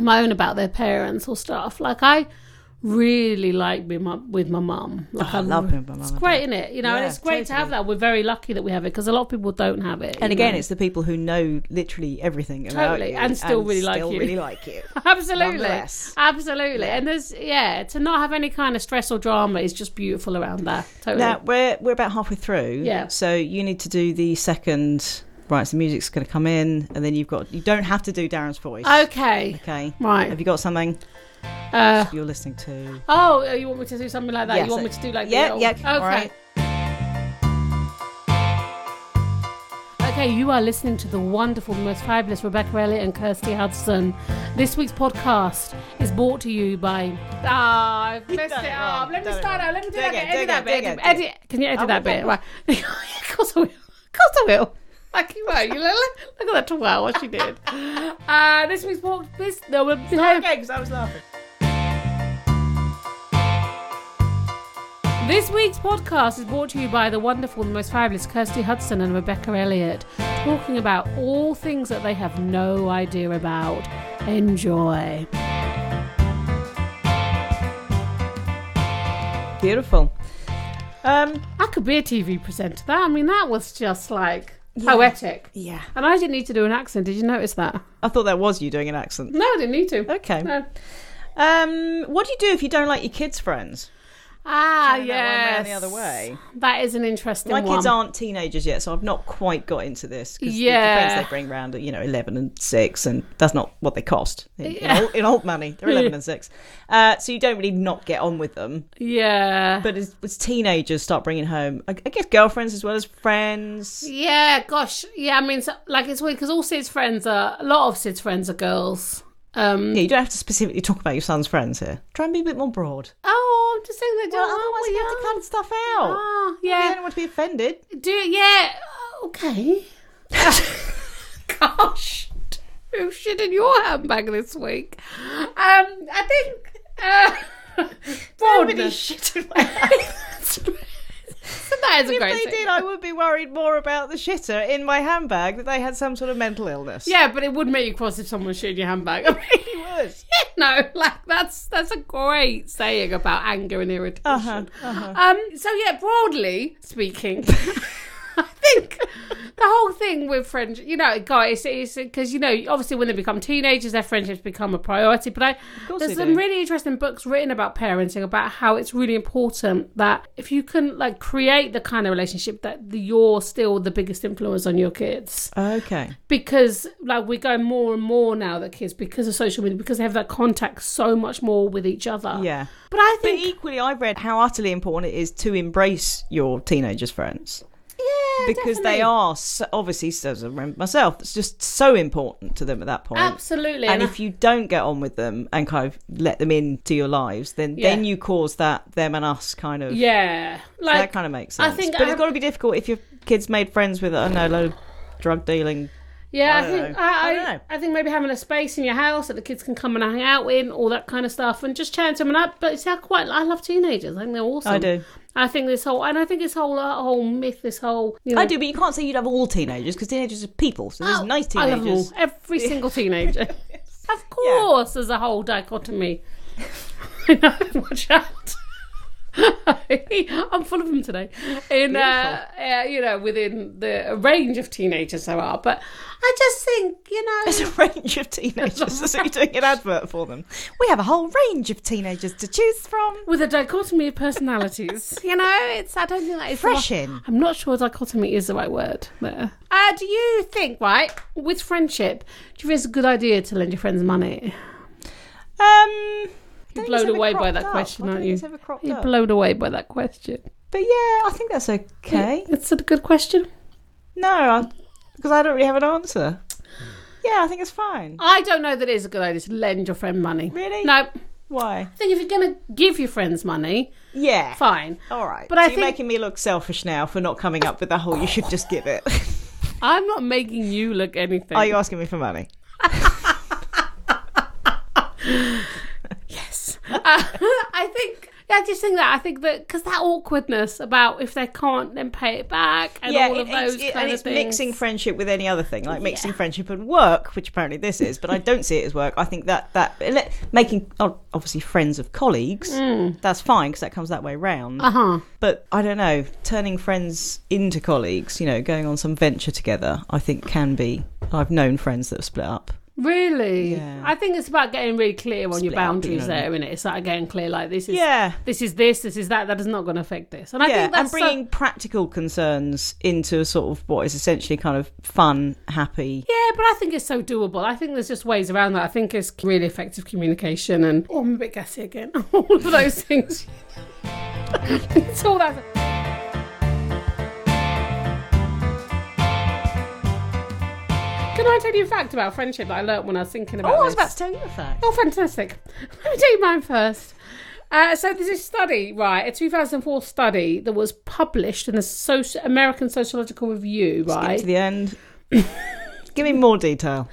A: moan about their parents or stuff. Like I really like being my, with my mum. Like
B: Oh, I love being with my
A: um,
B: mum
A: It's
B: and
A: great, isn't it? You know, and
B: Yeah,
A: it's great to have that. We're very lucky that we have it because a lot of people don't have it.
B: and
A: you
B: again,
A: know.
B: it's the people who know literally everything about
A: Totally,
B: you
A: and still really like
B: still
A: you.
B: really like you.
A: absolutely,
B: nonetheless.
A: absolutely, and there's yeah to not have any kind of stress or drama is just beautiful around that. <laughs> Totally.
B: Now we're we're about halfway through.
A: Yeah.
B: So you need to do the second. Right, so the music's going to come in, and then you've got you don't have to do Darren's voice.
A: okay,
B: Okay. Have
A: right.
B: you got something
A: Uh,
B: you're listening to?
A: oh, you want me to do something like that?
B: Yeah,
A: you want
B: so-
A: me to do like the
B: yeah,
A: little-
B: yeah.
A: Okay.
B: All right.
A: Okay, you are listening to the wonderful, most fabulous Rebecca Elliott and Kirsty Hudson. This week's podcast is brought to you by. Ah, I've messed
B: done
A: it
B: it
A: up.
B: wrong.
A: Let me
B: Done it
A: start
B: wrong.
A: out. Let me do
B: Do it
A: that
B: again,
A: bit.
B: do it
A: Edit that
B: again, do
A: bit.
B: it again, do
A: Edit. Can you edit
B: I
A: that
B: will, I
A: bit?
B: will.
A: Right. <laughs> of course I will. Of course I will. Like you were. You look, look- look at that twirl, what she
B: <laughs>
A: did. Uh, this week's walk. This. No, we'll, <laughs>
B: because I was laughing.
A: This week's podcast is brought to you by the wonderful, the most fabulous Kirsty Hudson and Rebecca Elliott, talking about all things that they have no idea about. Enjoy.
B: Beautiful. Um,
A: I could be a TV presenter. That I mean, that was just like poetic.
B: yeah.
A: And I didn't need to do an accent. Did you notice that?
B: I thought that was you doing an accent.
A: No, I didn't need to.
B: Okay.
A: No.
B: Um, what do you do if you don't like your kids' friends?
A: Ah,
B: Turn that one
A: yes.
B: round the other way.
A: That is an interesting
B: My
A: one.
B: kids aren't teenagers yet, so I've not quite got into this. 'cause the
A: Yeah.
B: friends they bring round are you know eleven and six, and that's not what they cost in, in old, in old money.
A: <laughs>
B: They're eleven and six, uh, so you don't really not get on with them.
A: Yeah.
B: But as, as teenagers start bringing home, I, I guess girlfriends as well as friends.
A: Yeah, gosh. Yeah, I mean, so, like it's weird because all Sid's friends are a lot of Sid's friends are girls. Um,
B: Yeah, you don't have to specifically talk about your son's friends here. Try and be a bit more broad.
A: Oh, I'm just saying they do.
B: Well, otherwise you have to cut stuff out.
A: Oh,
B: I
A: yeah.
B: don't want to be offended.
A: Do Ah, yeah. Okay. <laughs> gosh, who shit in your handbag this week? Um, I think. Uh, <laughs>
B: Nobody
A: broadness.
B: shit in my
A: <laughs> so that is a
B: If
A: great
B: they
A: thing.
B: did, I would be worried more about the shitter in my handbag that they had some sort of mental illness.
A: Yeah, but it would make you cross if someone shit in your handbag. <laughs> I mean,
B: It was.
A: no, like that's that's a great saying about anger and irritation.
B: Uh-huh, uh-huh.
A: Um, so yeah, broadly speaking, <laughs> I think the whole thing with friendship, you know, guys, it's because you know, obviously when they become teenagers, their friendships become a priority. But I,
B: course
A: there's
B: they
A: some
B: do.
A: really interesting books written about parenting about how it's really important that if you can like create the kind of relationship that the- you're still the biggest influence on your kids
B: Okay.
A: because like we go more and more now that kids because of social media because they have that contact so much more with each other
B: Yeah.
A: but i
B: But e-
A: think
B: equally, I've read how utterly important it is to embrace your teenagers' friends
A: yeah
B: because
A: definitely.
B: they are so, obviously, so as I remember myself, it's just so important to them at that point.
A: absolutely and
B: And if you don't get on with them and kind of let them into your lives, then
A: Yeah.
B: then you cause that them and us kind of
A: yeah
B: that
A: like
B: kind of makes
A: I
B: sense.
A: think
B: but
A: I-
B: it's got to be difficult if your kids made friends with I don't know a load of drug dealing.
A: yeah
B: I
A: i,
B: don't
A: think
B: know.
A: I,
B: I
A: I,
B: don't know.
A: I think maybe having a space in your house that the kids can come and hang out in all that kind of stuff and just chatting to them and I, but see i quite i love teenagers i think they're awesome
B: I do,
A: i think this whole and i think this whole uh, whole myth this whole you know
B: I do, but you can't say you'd have all teenagers because teenagers are people. So there's
A: Oh,
B: nice
A: I love them all.
B: teenagers.
A: Every single
B: <laughs>
A: teenager. of course, there's a whole dichotomy. <laughs> Watch out. <laughs> I'm full of them today. In uh, uh, you know, within the range of teenagers there are, but I just think you
B: There's
A: know,
B: a range of teenagers. That's what you're doing an advert for them. We have a whole range of teenagers to choose from.
A: with a dichotomy of
B: <laughs>
A: personalities, you know, it's I don't think that is the right-
B: Fresh in.
A: I'm not sure dichotomy is the right word there. Uh, do you think right with friendship? Do you think it's a good idea to lend your friends money?
B: Um,
A: You're blown away by that question, aren't you? You're blown away by that question.
B: But yeah, I think that's okay.
A: It's a good question.
B: No, because I don't really have an answer. Yeah, I think it's fine.
A: I don't know that it is a good idea to lend your friend money.
B: Really?
A: Oh, No.
B: Why?
A: I think if you're going to give your friends money,
B: Yeah.
A: fine.
B: All right.
A: But
B: But
A: I
B: I you're
A: think-
B: making me look selfish now for not coming up with the whole you should just give
A: <laughs>
B: it.
A: I'm not making you look anything.
B: Are you asking me for money?
A: Uh, <laughs> I think. I just think that I think that because that awkwardness about if they can't then pay it back and all of
B: it-
A: those
B: it's, it-
A: kind
B: and
A: of
B: it's
A: things.
B: mixing friendship with any other thing, like mixing friendship and work, which apparently this is. But I don't see it as work. I think that that ele- making oh, obviously friends of colleagues,
A: Hmm.
B: that's fine because that comes that way round.
A: Uh huh.
B: But I don't know, turning friends into colleagues, you know, going on some venture together, I think can be. I've known friends that have split up.
A: Really.
B: Yeah.
A: I think it's about getting really clear on your
B: Split up, you
A: boundaries
B: know.
A: there, isn't it? It's like getting clear, like this is
B: Yeah,
A: this is this, this is that. That is not going to affect this. And I
B: yeah,
A: think that's
B: and bringing practical concerns into a sort of what is essentially kind of fun, happy.
A: Yeah, but I think it's so doable. I think there's just ways around that. I think it's really effective communication and oh, I'm a bit gassy again. <laughs> all of those things. <laughs> it's all that. Can I tell you a fact about friendship that I learnt when I was thinking about
B: Oh, I was
A: this?
B: about to tell you a fact.
A: Oh, fantastic. <laughs> Let me do mine first. Uh, so there's a study, right, a 2004 study that was published in the Soci- American
B: <laughs>
A: Sociological Review, right?
B: Skip to the end. Give me more detail.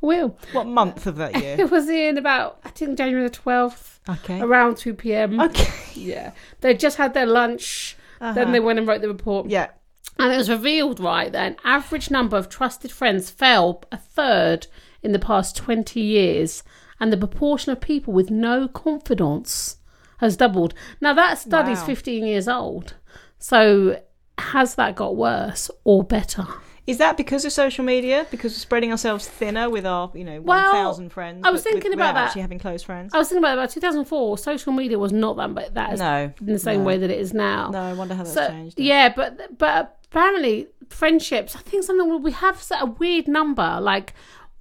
A: will.
B: What month of
A: <laughs>
B: that year?
A: It was in about, I think, January the 12th,
B: Okay.
A: around 2 p.m.
B: Okay. Uh-huh.
A: Yeah. They just had their lunch. Then they went and wrote the report.
B: Yeah.
A: And it was revealed, right, that an average number of trusted friends fell a third in the past 20 years, and the proportion of people with no confidence has doubled. Now, that study's
B: Wow.
A: 15 years old. So, has that got worse or better?
B: Is that because of social media? Because we're spreading ourselves thinner with our, you know,
A: Well,
B: 1,000 friends?
A: I was
B: but with-
A: thinking about
B: without
A: that. Oh,
B: actually having close friends?
A: I was thinking about about 2004, social media was not that, but that is
B: No.
A: in the same way that it is now.
B: No, I wonder how that's
A: So,
B: changed.
A: yeah, but but apparently friendships. I think something we have set a weird number. Like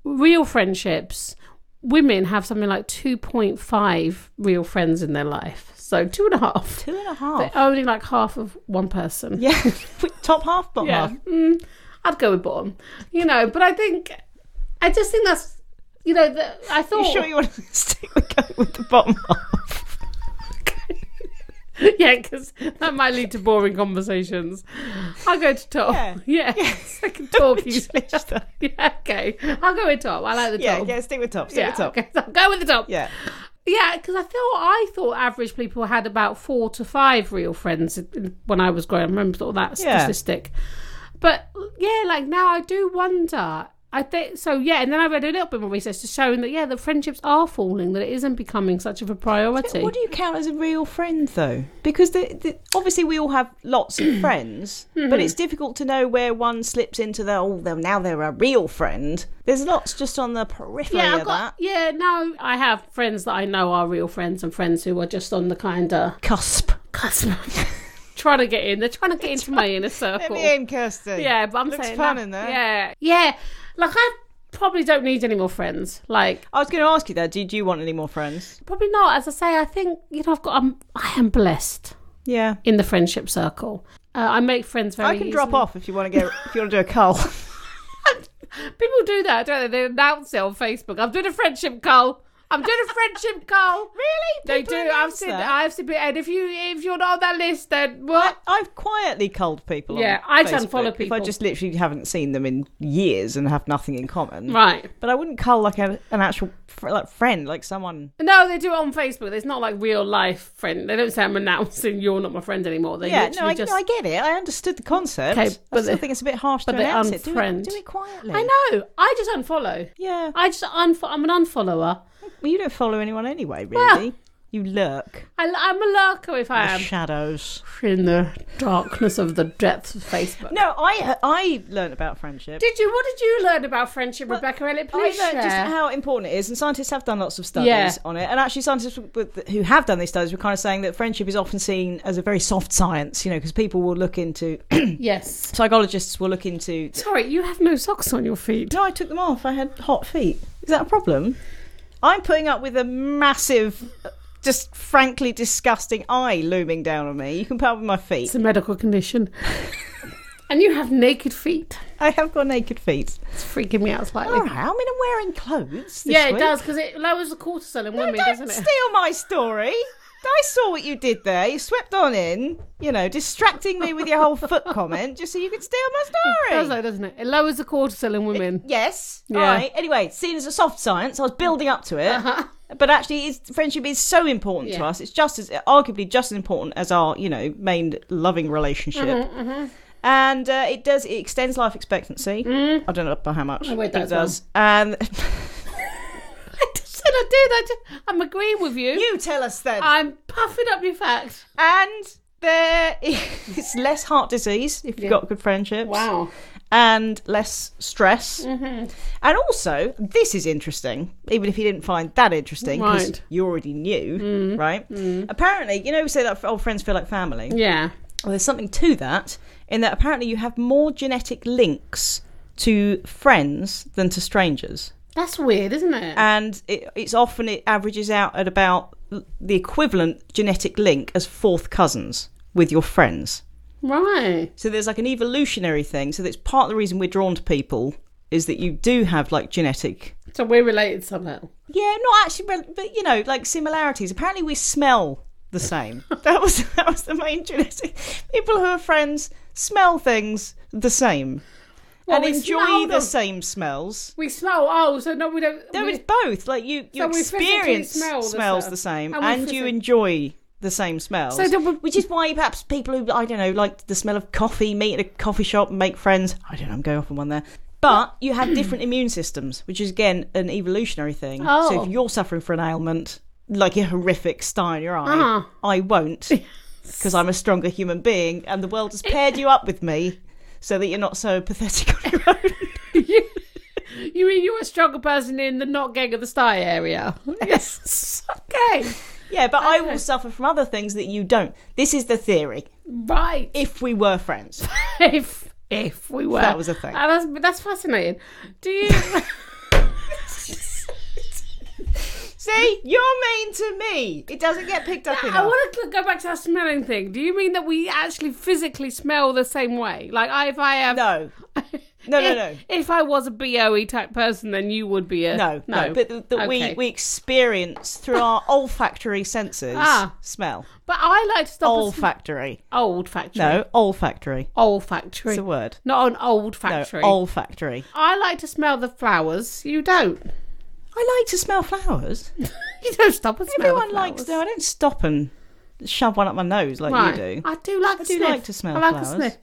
A: real friendships, women have something like two point five real friends in their life. So two and a
B: <laughs>
A: half.
B: Two and a half.
A: Only like half of one person.
B: Yeah. Top half, bottom
A: Yeah.
B: half.
A: Mm, I'd go with bottom. You know, but I think I just think that's you know the, I thought
B: You sure you want to <laughs> stick with, go with the bottom half?
A: <laughs> yeah, because that might lead to boring conversations. I'll go to top.
B: Yeah.
A: Yeah, <laughs> second
B: <laughs>
A: talk.
B: Which is the-
A: Yeah, <laughs> okay. I'll go with top. I like the
B: yeah,
A: top.
B: yeah, stick with top. Stick
A: Yeah,
B: with top.
A: okay. <laughs> So I'll go with the top.
B: Yeah.
A: Yeah, because I thought I thought average people had about four to five real friends in- when I was growing. up. I remember sort of that
B: Yeah.
A: statistic. But yeah, like now I do wonder. I think so. Yeah, and then I read a little bit more research to showing that yeah, the friendships are falling. That it isn't becoming such of a priority.
B: What do you count as a real friend, though? Because the, the, obviously we all have
A: <clears throat>
B: lots of friends,
A: Mm-hmm.
B: but it's difficult to know where one slips into the oh, they're, now they're a real friend. There's lots just on the periphery
A: yeah, I've
B: of
A: got,
B: that
A: yeah. No, I have friends that I know are real friends and friends who are just on the kind of
B: cusp.
A: cusp,
B: <laughs>
A: trying to get in. They're trying to get into my inner circle.
B: in, Kirsten.
A: Yeah, but I'm
B: Looks
A: saying
B: fun
A: that-
B: in there.
A: Yeah, yeah. Like I probably don't need any more friends. Like
B: I was going to ask you that. Did you want any more friends?
A: probably not. As I say, I think you know I've got. I'm, I am blessed
B: Yeah.
A: in the friendship circle. Uh, I make friends very.
B: I can drop
A: easily.
B: off if you want to get if you want to do a cull.
A: <laughs>
B: <laughs>
A: People do that, don't they? They announce it on Facebook. I'm doing a friendship call. I'm doing a friendship <laughs> call.
B: Really?
A: They
B: People
A: do. I've
B: announce
A: seen.
B: that?
A: I've seen. And if you if you're not on that list, then what?
B: I've quietly culled people. on
A: Yeah, I don't
B: Facebook
A: follow
B: If
A: people.
B: I just literally haven't seen them in years and have nothing in common,
A: Right.
B: But I wouldn't cull like a, an actual fr- like friend, like someone.
A: No, they do it on Facebook. It's not like real life friend. They don't say I'm announcing you're not my friend anymore. They
B: yeah, no
A: literally
B: I,
A: just
B: no, I get it. I understood the concept.
A: Okay,
B: I
A: but
B: still
A: they-
B: think it's a bit harsh to
A: they
B: announce it. Do, it.
A: unfriend.
B: do it quietly.
A: I know. I just unfollow.
B: Yeah.
A: I just unfo- I'm an unfollower.
B: Well, you don't follow anyone anyway, really. you lurk.
A: I, am a lurker if I
B: The
A: am
B: shadows.
A: in the darkness of the depths of Facebook.
B: No, I I learned about friendship.
A: Did you? What did you learn about friendship, Rebecca Elliott? Please
B: I learned
A: share.
B: just how important it is, and scientists have done lots of studies
A: Yeah.
B: on it. And actually, scientists with- who have done these studies were kind of saying that friendship is often seen as a very soft science, you know, because people will look into <coughs>
A: yes.
B: psychologists will look into.
A: Sorry, you have no socks on your feet.
B: No, I took them off. I had hot feet. Is that a problem? I'm putting up with a massive, just frankly disgusting eye looming down on me. You can put up with my feet.
A: It's a medical condition. <laughs> and you have naked feet.
B: I have got naked feet.
A: It's freaking me out slightly.
B: All right, I mean, I'm wearing clothes. This
A: yeah, it
B: week.
A: does because it lowers the cortisol in
B: No,
A: women,
B: don't
A: doesn't it?
B: steal my story. I saw what you did there. You swept on in, you know, distracting me with your whole foot <laughs> comment just so you could steal my
A: It
B: story.
A: does though, doesn't it? It lowers the cortisol in <laughs> women.
B: yes.
A: Yeah.
B: All right. Anyway, seen as a soft science, I was building up to it. But actually, it's, friendship is so important to
A: Uh-huh. Yeah.
B: us. It's just as, arguably, just as important as our, you know, main loving relationship.
A: Mm-hmm,
B: And uh, it does. It extends life expectancy. I don't know by how much.
A: Mm-hmm. I read
B: but
A: that as
B: it
A: well.
B: does. And <laughs>
A: I just said I did. I just, I'm agreeing with you.
B: you tell us then.
A: I'm puffing up your facts.
B: and there <laughs> is less heart disease if you've got good friendships.
A: Wow.
B: And less stress. And also, this is interesting, even if you didn't find that interesting, because
A: Right.
B: you already knew, right? Apparently, you know, we say that old friends feel like family.
A: Yeah.
B: Well, there's something to that, in that apparently you have more genetic links to friends than to strangers
A: That's weird, isn't it?
B: and it, it's often it averages out at about l- the equivalent genetic link as fourth cousins with your friends.
A: right.
B: So there's like an evolutionary thing. So that's part of the reason we're drawn to people is that you do have like genetic.
A: So we're related somehow.
B: Yeah, not actually, but, but you know, like similarities. Apparently, we smell
A: <laughs>
B: the same. that was that was the main genetic. People who are friends smell things the same.
A: Well,
B: and
A: we
B: enjoy
A: smell
B: the
A: them.
B: same smells.
A: We smell. Oh, so no, we don't.
B: No,
A: we-
B: it's both. Like you,
A: So
B: your
A: we physically
B: experience
A: smell the
B: smells
A: stuff.
B: the same,
A: And
B: and,
A: we
B: you
A: physi-
B: enjoy the same smells.
A: So then we-
B: which is why perhaps people who I don't know like the smell of coffee meet at a coffee shop, and make friends. I don't know. I'm going off on one there. But you
A: <clears throat>
B: have different immune systems, which is again an evolutionary thing. So
A: Oh.
B: if you're suffering for an ailment, like a horrific star in your eye,
A: Uh-huh.
B: I
A: <laughs>
B: won't, because I'm a stronger human being, and the world has paired you up with me, so that you're not so pathetic on your own.
A: <laughs> you, you mean you're a stronger person in the not gang of the sty
B: <laughs>
A: area? Yes. okay.
B: Yeah, but I will suffer from other things that you don't. This is the theory.
A: Right.
B: If we
A: <laughs>
B: were friends,
A: If if we were
B: that was a thing.
A: Ah, that's that's fascinating. Do
B: <laughs>
A: you?
B: see, you're mean to me. It doesn't get picked up
A: I
B: enough.
A: want to go back to that smelling thing. Do you mean that we actually physically smell the same way? Like, I, if I <laughs> am
B: No, no, no,
A: if,
B: no.
A: If I was a boe type person, then you would be a
B: no, no, But th- that we
A: Okay.
B: we experience
A: <laughs>
B: through our olfactory senses.
A: Ah.
B: Smell,
A: But I like to stop. Old,
B: olfactory.
A: old factory.
B: No, olfactory.
A: old factory.
B: It's a word.
A: Not an old
B: No,
A: factory.
B: olfactory.
A: I like to smell the flowers. You don't. <laughs>
B: I like to smell flowers.
A: You don't stop and smell.
B: Everyone
A: the
B: likes.
A: flowers.
B: No, I don't stop and shove one up my nose like
A: Right.
B: you do.
A: I do like to
B: do
A: sniff.
B: like to smell
A: I like
B: flowers.
A: a sniff.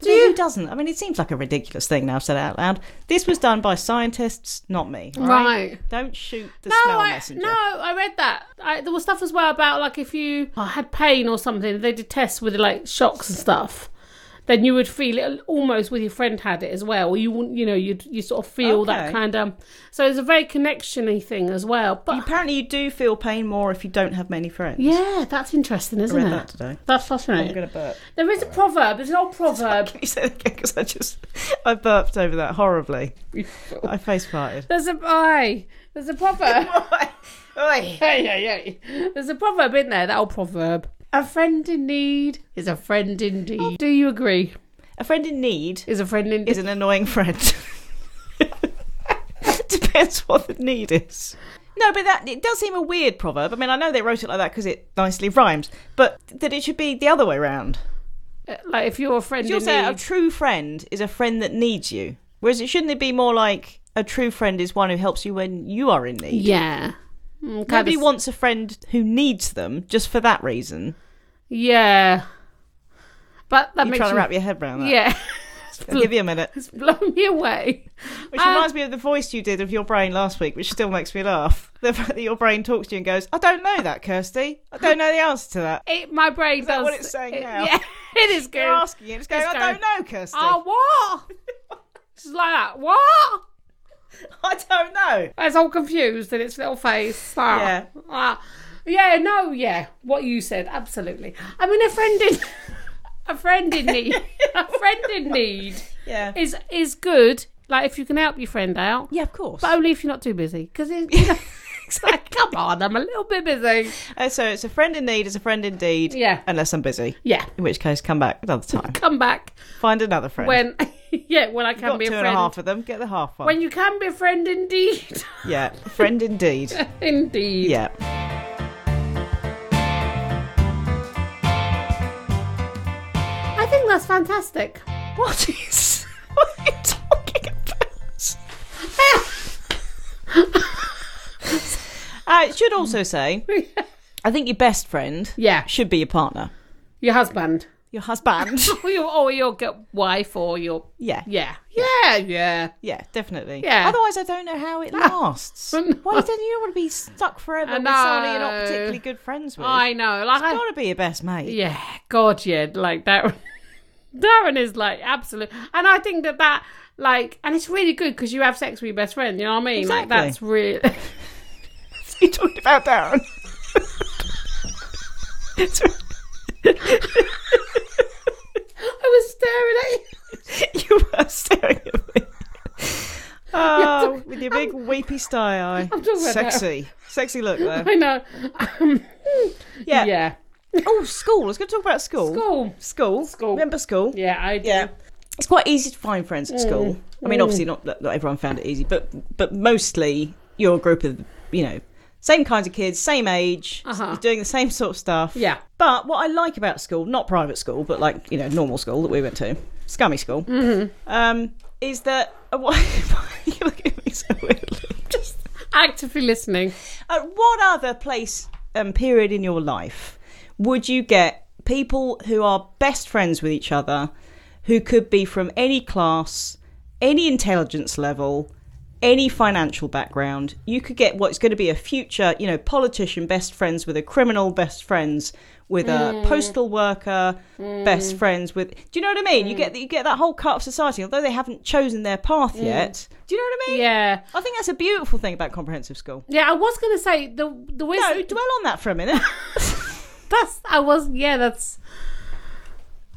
B: Do you? Who doesn't? I mean, it seems like a ridiculous thing now said out loud. This was done by scientists, not me. all right?
A: Right.
B: Don't shoot the
A: No,
B: smell
A: I,
B: messenger.
A: no, I read that. I, there was stuff as well about like if you had pain or something, they did tests with like shocks and stuff. Then you would feel it almost with your friend had it as well. You wouldn't, you know, you'd you sort of feel
B: Okay.
A: that kind of. So it's a very connectiony thing as well. But
B: Apparently, you do feel pain more if you don't have many friends.
A: yeah, that's interesting, isn't
B: I
A: it?
B: read that today.
A: That's
B: I'm
A: fascinating.
B: gonna burp. <laughs>
A: There is a proverb. There's an old proverb.
B: You said again because I just I burped over that horribly. I face
A: <laughs>
B: farted.
A: There's a aye. There's a proverb.
B: <laughs> Oi.
A: hey, hey, hey. There's a proverb in there, that old proverb. A friend in need is a friend indeed. Do you agree?
B: A friend in need
A: Is a friend indeed?
B: Oh. is an annoying friend. <laughs> Depends what the need is. No, but that it does seem a weird proverb. I mean, I know they wrote it like that because it nicely rhymes, but that it should be the other way round.
A: uh, Like, if you're a friend
B: You'll
A: in
B: say a
A: need.
B: true friend is a friend that needs you, whereas it shouldn't it be more like a true friend is one who helps you when you are in need.
A: Yeah. Mm, kind
B: Nobody
A: of-
B: wants a friend who needs them just for that reason.
A: Yeah. But that
B: You're
A: makes
B: trying
A: you.
B: to wrap your head around that.
A: yeah. <laughs>
B: I'll give you a minute.
A: it's blown me away.
B: Which
A: Uh,
B: reminds me of the voice you did of your brain last week, which still makes me laugh. <laughs> The fact that your brain talks to you and goes, I don't know that, Kirsty. I don't know the answer to that.
A: It, my brain
B: that
A: does.
B: what it's saying
A: it- <laughs>
B: now?
A: Yeah, it is
B: You're
A: good.
B: asking it. It's going,
A: It's
B: I
A: going,
B: don't know, Kirsty.
A: Oh, what? She's like that. What?
B: <laughs> I don't know.
A: It's all confused in its little face. Ah,
B: Yeah.
A: Ah. yeah, no, yeah. What you said, absolutely. I mean, a friend in <laughs> a friend in need, a
B: <laughs>
A: friend in need
B: Yeah.
A: is is good. Like if you can help your friend out,
B: Yeah, of course.
A: but only if you're not too busy. Because you know, it's like, come on, I'm a little bit busy.
B: <laughs> Uh, so it's a friend in need is a friend indeed.
A: Yeah.
B: Unless I'm busy.
A: Yeah,
B: In which case, come back
A: <laughs>
B: another time.
A: come back
B: Find another friend.
A: when <laughs> yeah when I
B: Got
A: can be a
B: two
A: friend.
B: and a half of them. Get the half one.
A: When you can be a friend, indeed,
B: <laughs> Yeah. Friend indeed.
A: <laughs> indeed.
B: Yeah.
A: I think that's fantastic.
B: What is. <laughs> What are you talking about? I Uh, should also say, I think your best friend
A: <laughs> yeah,
B: should be your partner,
A: your husband. <laughs>
B: your husband.
A: or your or your g- wife or your
B: yeah,
A: yeah yeah yeah
B: yeah, definitely.
A: Yeah.
B: Otherwise, I don't
A: <laughs>
B: know how it lasts. Why don't you don't want to be stuck forever with someone that you're not
A: know.
B: particularly good friends with?
A: I know like I,
B: you want to be your best mate.
A: yeah God yeah like <laughs> that Darren is like absolute and I think that that like and it's really good because you have sex with your best friend you know what I mean like
B: Exactly.
A: that's <laughs> really
B: <laughs> you talking about Darren? It's-
A: <laughs>
B: <laughs>
A: I was staring at you <laughs>
B: you <laughs> were staring at me. Oh, with your big weepy sty eye.
A: talking about
B: Sexy. Sexy look there.
A: I know um, <laughs>
B: Yeah.
A: yeah
B: Oh, school. I was going to talk about school.
A: cool
B: School.
A: School.
B: Remember school?
A: yeah Mm. I do.
B: Yeah. It's quite easy to find friends at school. I mean, obviously, not, not everyone found it easy, but but mostly you're a group of, you know, same kinds of kids, same age,
A: Uh-huh.
B: doing the same sort of stuff.
A: Yeah.
B: But what I like
A: Mm-hmm.
B: about school, not private school, but like, you know, normal school that we went to, scummy school, um, is that <laughs> why, why are you looking at me so weirdly? <laughs> Just
A: Actively listening.
B: at what other place and period in your life would you get people who are best friends with each other, who could be from any class, any intelligence level, any financial background? You could get what's going to be a future, you know, politician best friends with a criminal best friends with a postal worker best friends with do you know what i mean you get you get that whole cut of society although they haven't chosen their path yet do you know what i mean
A: Yeah.
B: i think that's a beautiful thing about comprehensive school
A: Yeah, I was going to say the the wisdom.
B: no, dwell on that for a minute. <laughs>
A: That's I was yeah, that's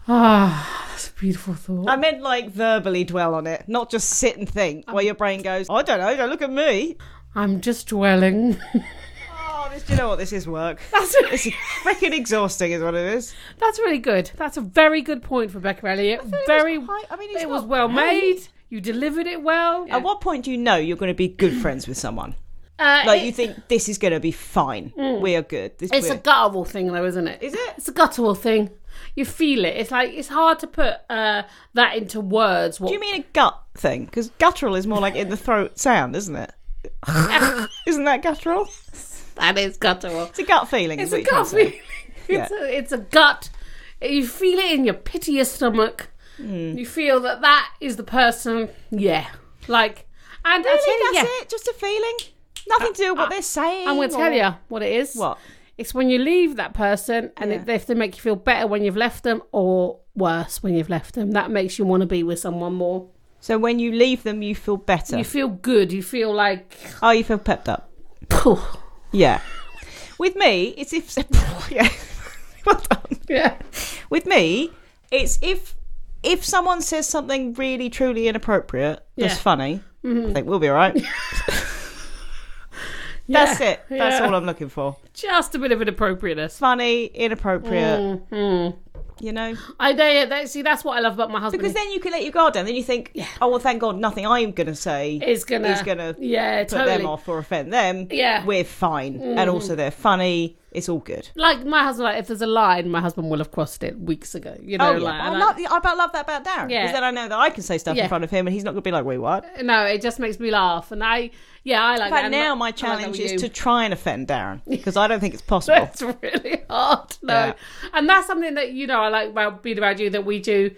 A: Ah, that's a beautiful thought.
B: I meant like verbally dwell on it, not just sit and think while your brain goes, I don't know, don't look at me.
A: I'm just dwelling. <laughs>
B: Oh, this, do you know what? This is work.
A: That's
B: <laughs> This is freaking exhausting, is what it is.
A: that's really good. That's a very good point, Rebecca Elliott. Very,
B: quite- I mean, it's
A: it was
B: not
A: well
B: great.
A: made. You delivered it well.
B: At what point do you know you're going to be good friends with
A: <clears throat>
B: someone?
A: Uh,
B: Like,
A: it-
B: you think this is going to be fine. We are good. This,
A: Mm. it's
B: we're-
A: a guttural thing, though, isn't it?
B: Is it?
A: It's a guttural thing. You feel it. It's like it's hard to put uh, that into words. What
B: Do you mean a gut thing? Because guttural is more like in the throat sound, isn't it? isn't that guttural?
A: <laughs> that is guttural.
B: It's a gut feeling.
A: It's
B: is what
A: a
B: you're trying
A: gut
B: to say.
A: feeling. <laughs> It's, a, it's a gut. You feel it in your piteous stomach.
B: Hmm.
A: You feel that that is the person. Yeah, like and I tell
B: Really,
A: you,
B: that's
A: yeah, Uh,
B: it? Just a feeling? Nothing to do with what they're saying?
A: I'm going to tell
B: or-
A: you what it is.
B: What?
A: It's when you leave that person, and if- if they make you feel better when you've left them, or worse when you've left them, that makes you want to be with someone more.
B: So when you leave them, you feel better.
A: You feel good. You feel like,
B: oh, you feel pepped up.
A: phew.
B: Yeah. With me, it's if <laughs> yeah. well done.
A: yeah,
B: With me, it's if if someone says something really truly inappropriate
A: Yeah.
B: that's
A: Mm-hmm.
B: funny, I think we'll be
A: <laughs>
B: all right. that's
A: Yeah.
B: it. That's
A: Yeah.
B: all I'm looking for.
A: just a bit of inappropriateness.
B: Funny, inappropriate.
A: Mm.
B: You know,
A: I they, they, see that's what I love about my husband.
B: because then you can let your guard down. Then you think, oh well, thank God, nothing I'm going to say
A: is gonna,
B: is gonna
A: yeah,
B: put
A: totally.
B: them off or offend them.
A: Yeah. Mm.
B: we're fine, and also they're funny. It's all good.
A: like my husband like if there's a line my husband will have crossed it weeks ago you know
B: Oh, yeah.
A: like
B: I,
A: and
B: love, I about love that about Darren. Because
A: Yeah.
B: then I know that I can say stuff
A: Yeah.
B: in front of him and he's not going to be like, wait, what?
A: I- no it just makes me laugh and i yeah i like that
B: But
A: and
B: now
A: I- I
B: my
A: like that
B: challenge
A: with
B: is
A: you. <laughs>
B: to try and offend Darren because I don't think it's possible.
A: it's really hard no
B: Yeah.
A: and that's something that you know i like about being around you that we do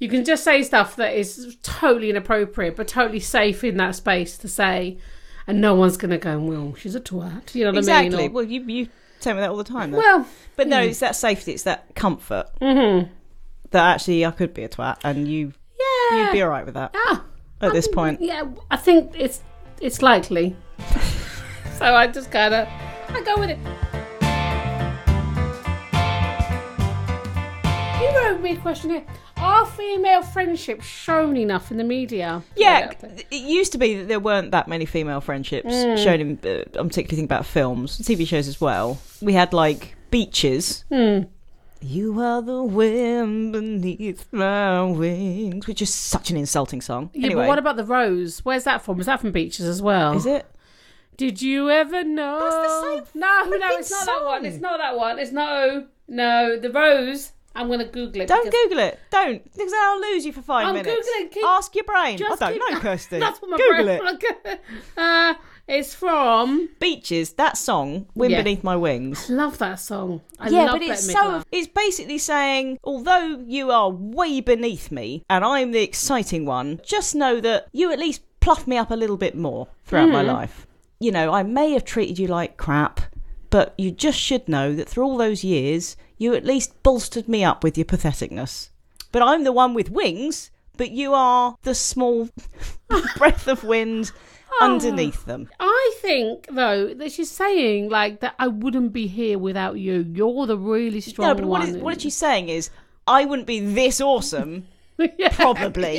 A: you can just say stuff that is totally inappropriate but totally safe in that space to say and no one's gonna go well she's a twat you know what i
B: exactly.
A: mean Or-
B: Well, you, you tell me that all the time. though.
A: well hmm.
B: but no, it's that safety, it's that comfort
A: Mm-hmm.
B: that actually I could be a twat and you,
A: yeah
B: you'd be all right with that
A: Ah,
B: at this point.
A: Yeah, I think it's it's likely.
B: <laughs>
A: so I just kind of I go with it. You wrote me a question here. Are female friendships shown enough in the media?
B: Yeah, it used to be that there weren't that many female friendships
A: Hmm.
B: shown in. Uh, I'm particularly thinking about films, TV shows as well. We had like beaches.
A: Hmm.
B: You are the wind beneath my wings, which is such an insulting song.
A: Yeah,
B: anyway,
A: but what about the rose? Where's that from? Is that from Beaches as well?
B: is it?
A: Did you ever know?
B: That's the same
A: No, no,
B: freaking
A: it's not that one.
B: song.
A: It's not that one. It's no, no. The rose. I'm gonna Google it.
B: Don't
A: because-
B: Google it. Don't, because I'll lose you for 5
A: I'm
B: minutes.
A: Googling, keep-
B: Ask your brain.
A: Just
B: I don't
A: keep- <laughs>
B: know, Kirsty.
A: That's what my
B: Google
A: brain-
B: it.
A: <laughs> uh, it's from.
B: Beaches. That song, "Wind
A: Yeah.
B: Beneath My Wings."
A: Love that song. I
B: yeah,
A: love
B: but
A: Bette
B: it's
A: Midler.
B: so. It's basically saying, although you are way beneath me and I'm the exciting one, just know that you at least pluff me up a little bit more throughout my life. You know, I may have treated you like crap, but you just should know that through all those years, you at least bolstered me up with your patheticness. But I'm the one with wings, but you are the small <laughs> breath of wind underneath them.
A: I think though that she's saying like that I wouldn't be here without you. You're the really strong
B: No, but
A: one.
B: what,
A: <laughs>
B: is, what she's saying is, I wouldn't be this awesome
A: Yeah.
B: probably,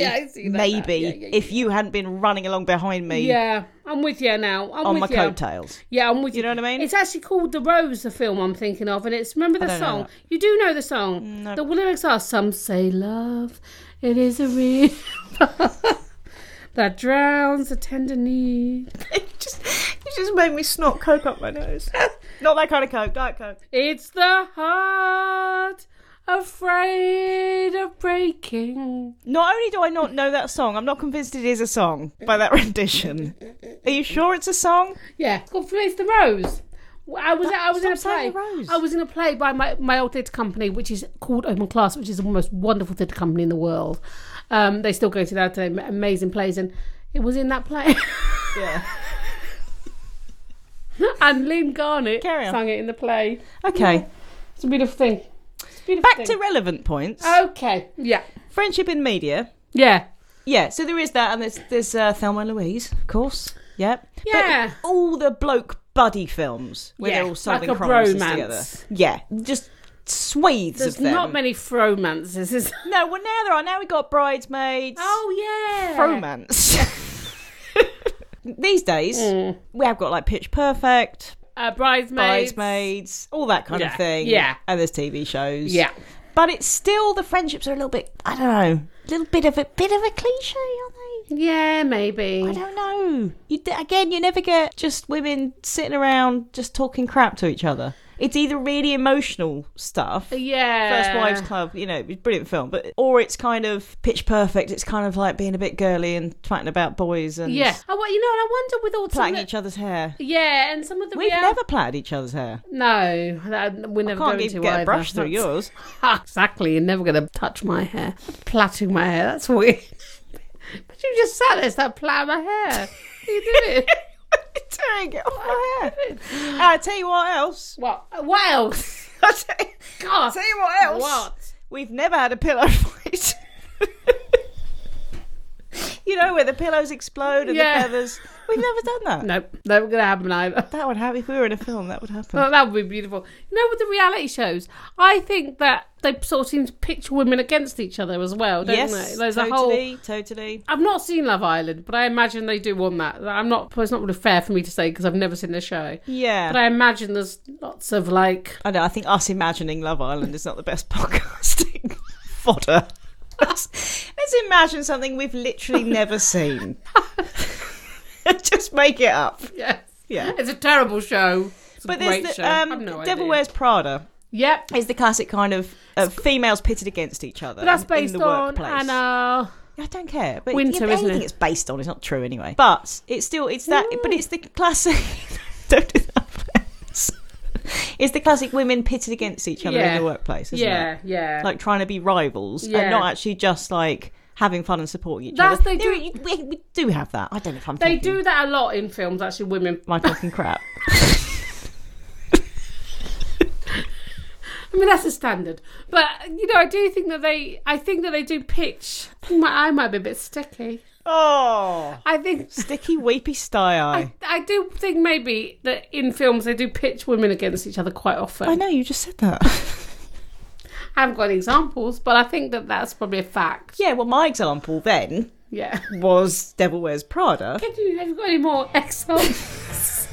A: <laughs> Yeah, I see that now.
B: maybe,
A: Yeah, yeah,
B: if you hadn't been running along behind me
A: Yeah, I'm with you now. I'm
B: on
A: with
B: my
A: you.
B: coattails.
A: Yeah, I'm with you.
B: You know what I mean?
A: It's <laughs> actually called The Rose, the film I'm thinking of, and it's remember the
B: don't know
A: song.
B: that. Mm,
A: You do know the song. The lyrics are "Some say love, it is a real <laughs> that drowns the tender need.
B: It just, it just made me snort <laughs> coke up my nose. Not that kind of coke, diet coke.
A: It's the heart afraid of breaking.
B: Not only do I not know that song, I'm not convinced it is a song by that <laughs> rendition. Are you sure it's a song?
A: Yeah, it's called Felice the Rose. I was I was in a
B: stop
A: play.
B: saying the Rose.
A: I was in a play by my, my old theatre company, which is called Open Class, which is the most wonderful theatre company in the world. Um, they still go to that today, ma- amazing plays, and it was in that play. <laughs>
B: Yeah.
A: and Lynn Garnett
B: Carry on.
A: sang it in the play.
B: <laughs> Okay.
A: It's a beautiful thing. It's a beautiful
B: Back to
A: thing.
B: relevant points.
A: Oh. okay, yeah,
B: Friendship in media.
A: yeah,
B: Yeah, so there is that, and there's there's uh, Thelma and Louise, of course. Yep. But
A: Yeah.
B: all the bloke buddy films where
A: Yeah,
B: they're all solving
A: like a
B: crimes
A: bromance.
B: together. Yeah, just swathes
A: There's
B: of them.
A: not many romances. Is
B: No, well now there are. Now we got bridesmaids.
A: oh yeah,
B: romance. <laughs> These days, we have got like Pitch Perfect,
A: uh, Mm. bridesmaids,
B: Bridesmaids, all that kind
A: Yeah,
B: of thing.
A: yeah.
B: And there's TV shows.
A: Yeah.
B: But it's still, the friendships are a little bit, I don't know, a little bit of a bit of a cliche, are they?
A: Yeah, maybe.
B: I don't know. You, d- again, you never get just women sitting around just talking crap to each other. It's either really emotional stuff.
A: Oh, yeah.
B: First Wives Club, you know, it's a brilliant film, but or it's kind of pitch perfect. It's kind of like being a bit girly and twatting about boys and
A: Yeah. I, wa- you know, and I wonder with all some
B: plaiting
A: of-
B: each other's hair.
A: Yeah, and some of the
B: We've
A: real-
B: never plaited each other's hair.
A: No, that, we're never
B: Can't
A: going
B: even
A: to
B: get
A: either.
B: a brush through
A: That's-
B: yours.
A: <laughs> exactly, you're never going to touch my hair, plaiting my hair. That's weird. <laughs> but you just sat there, start plaiting my hair. You did
B: <laughs>
A: it.
B: Tearing it off my hair.
A: <laughs>
B: And I tell you what else.
A: what? What else?
B: I tell you,
A: God,
B: tell you what else.
A: What?
B: We've never had a pillow <laughs> fight. you know where the pillows explode and
A: Yeah.
B: the feathers. We've never done that.
A: Nope, never going to happen either. <laughs>
B: That would happen if we were in a film. That would happen.
A: Oh, that would be beautiful. You know, with the reality shows, I think that they sort of seem to pitch women against each other as well, don't
B: yes,
A: they? There's a whole
B: totally, totally.
A: I've not seen Love Island, but I imagine they do want that. I'm not. It's not really fair for me to say because I've never seen the show.
B: Yeah.
A: But I imagine there's lots of like. <laughs>
B: I know. I think us imagining Love Island is not the best <laughs> podcasting fodder. Let's, let's imagine something we've literally never seen.
A: <laughs>
B: <laughs> Just make it up.
A: Yes.
B: Yeah.
A: It's a terrible show. It's a
B: But there's
A: great
B: the
A: show. I've
B: um,
A: no idea.
B: Devil Wears Prada.
A: Yep.
B: Is the classic kind of uh, females pitted against each other.
A: But that's
B: Um, in- in
A: based
B: the
A: on
B: workplace.
A: Anna.
B: I don't care. But
A: Winter,
B: yeah, but
A: isn't
B: anything
A: it?
B: it's based on is not true anyway. But it's still it's that. But it's the classic. <laughs> don't do that. please. It's the classic women pitted against each other
A: Yeah.
B: in the workplace, isn't it?
A: Yeah, yeah.
B: like trying to be rivals
A: Yeah.
B: and not actually just like having fun and supporting each
A: That's- they
B: other. There-
A: do-
B: We, we do have that. I don't know if I'm.
A: they
B: talking-
A: do that a lot in films. Actually, women.
B: Am I
A: <laughs>
B: talking crap?
A: I mean, that's a standard. But you know, I do think that they. I think that they do pitch. My eye might be a bit sticky.
B: oh,
A: I think
B: sticky weepy sty eye.
A: I do think maybe that in films they do pitch women against each other quite often.
B: I, know you just said that. <laughs>
A: I haven't got any examples, but I think that that's probably a fact.
B: yeah. Well, my example then
A: Yeah. <laughs>
B: was Devil Wears Prada.
A: Have you, have you got any more examples?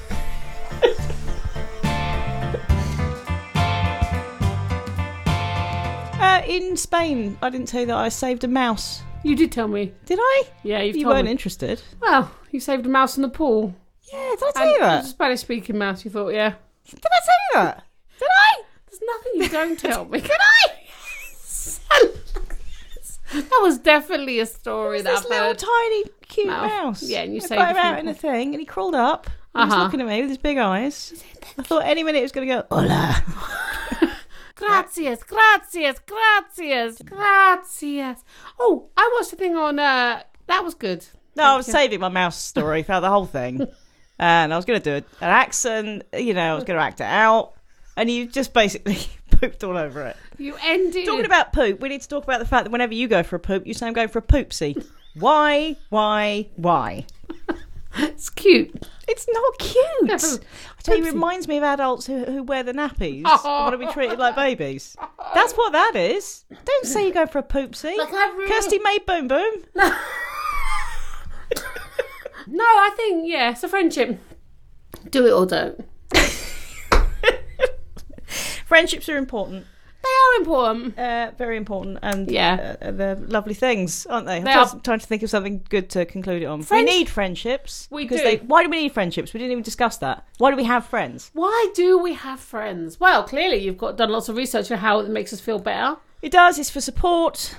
B: Uh, in Spain, I didn't tell you that I saved a mouse.
A: <laughs> you did tell me.
B: Did I?
A: Yeah, you've
B: You
A: told
B: weren't
A: me.
B: interested.
A: Well, you saved a mouse in the pool.
B: Yeah, did I
A: And
B: tell you
A: it was
B: that?
A: a Spanish speaking mouse, you thought, yeah.
B: Did I tell you that? Did I?
A: There's nothing you <laughs> don't tell me.
B: Did I?
A: That was definitely a story that
B: this
A: I've
B: little
A: heard.
B: tiny cute
A: Mouth.
B: mouse.
A: Yeah, and you
B: I
A: saved it
B: got him
A: from
B: out in a thing, and he crawled up. and He
A: Uh-huh.
B: was looking at me with his big eyes. I thought any minute he was going to go, <laughs> hola.
A: <laughs> Gracias, gracias, gracias, gracias. Oh, I watched a thing on. uh That was good.
B: No, I was saving my mouse story throughout the whole <laughs> thing, and I was going to do a- an accent. You know, I was going to act it out, and you just basically <laughs> pooped all over it.
A: You ended.
B: Talking about poop, we need to talk about the fact that whenever you go for a poop, you say I'm going for a poopsie.
A: <laughs>
B: Why? Why? Why?
A: <laughs> It's cute.
B: It's not cute.
A: No,
B: I tell you, it reminds me of adults who, who wear the nappies and
A: <laughs>
B: want to be treated like babies. That's what that is. Don't say you go for a poopsie.
A: Like, I've really-
B: Kirsty May Boom Boom.
A: No, I think yeah, it's a friendship. Do it or don't.
B: Friendships are important,
A: They are important.
B: uh, very important, and
A: Yeah.
B: uh, they're lovely things, aren't they? I'm
A: They
B: trying-
A: are.
B: trying to think of something good to conclude it on.
A: Friends-
B: We need friendships.
A: We
B: because
A: do.
B: They, why do we need friendships? We didn't even discuss that. Why do we have friends?
A: Why do we have friends? Well, clearly you've got done lots of research on how it makes us feel better.
B: It does. It's for support.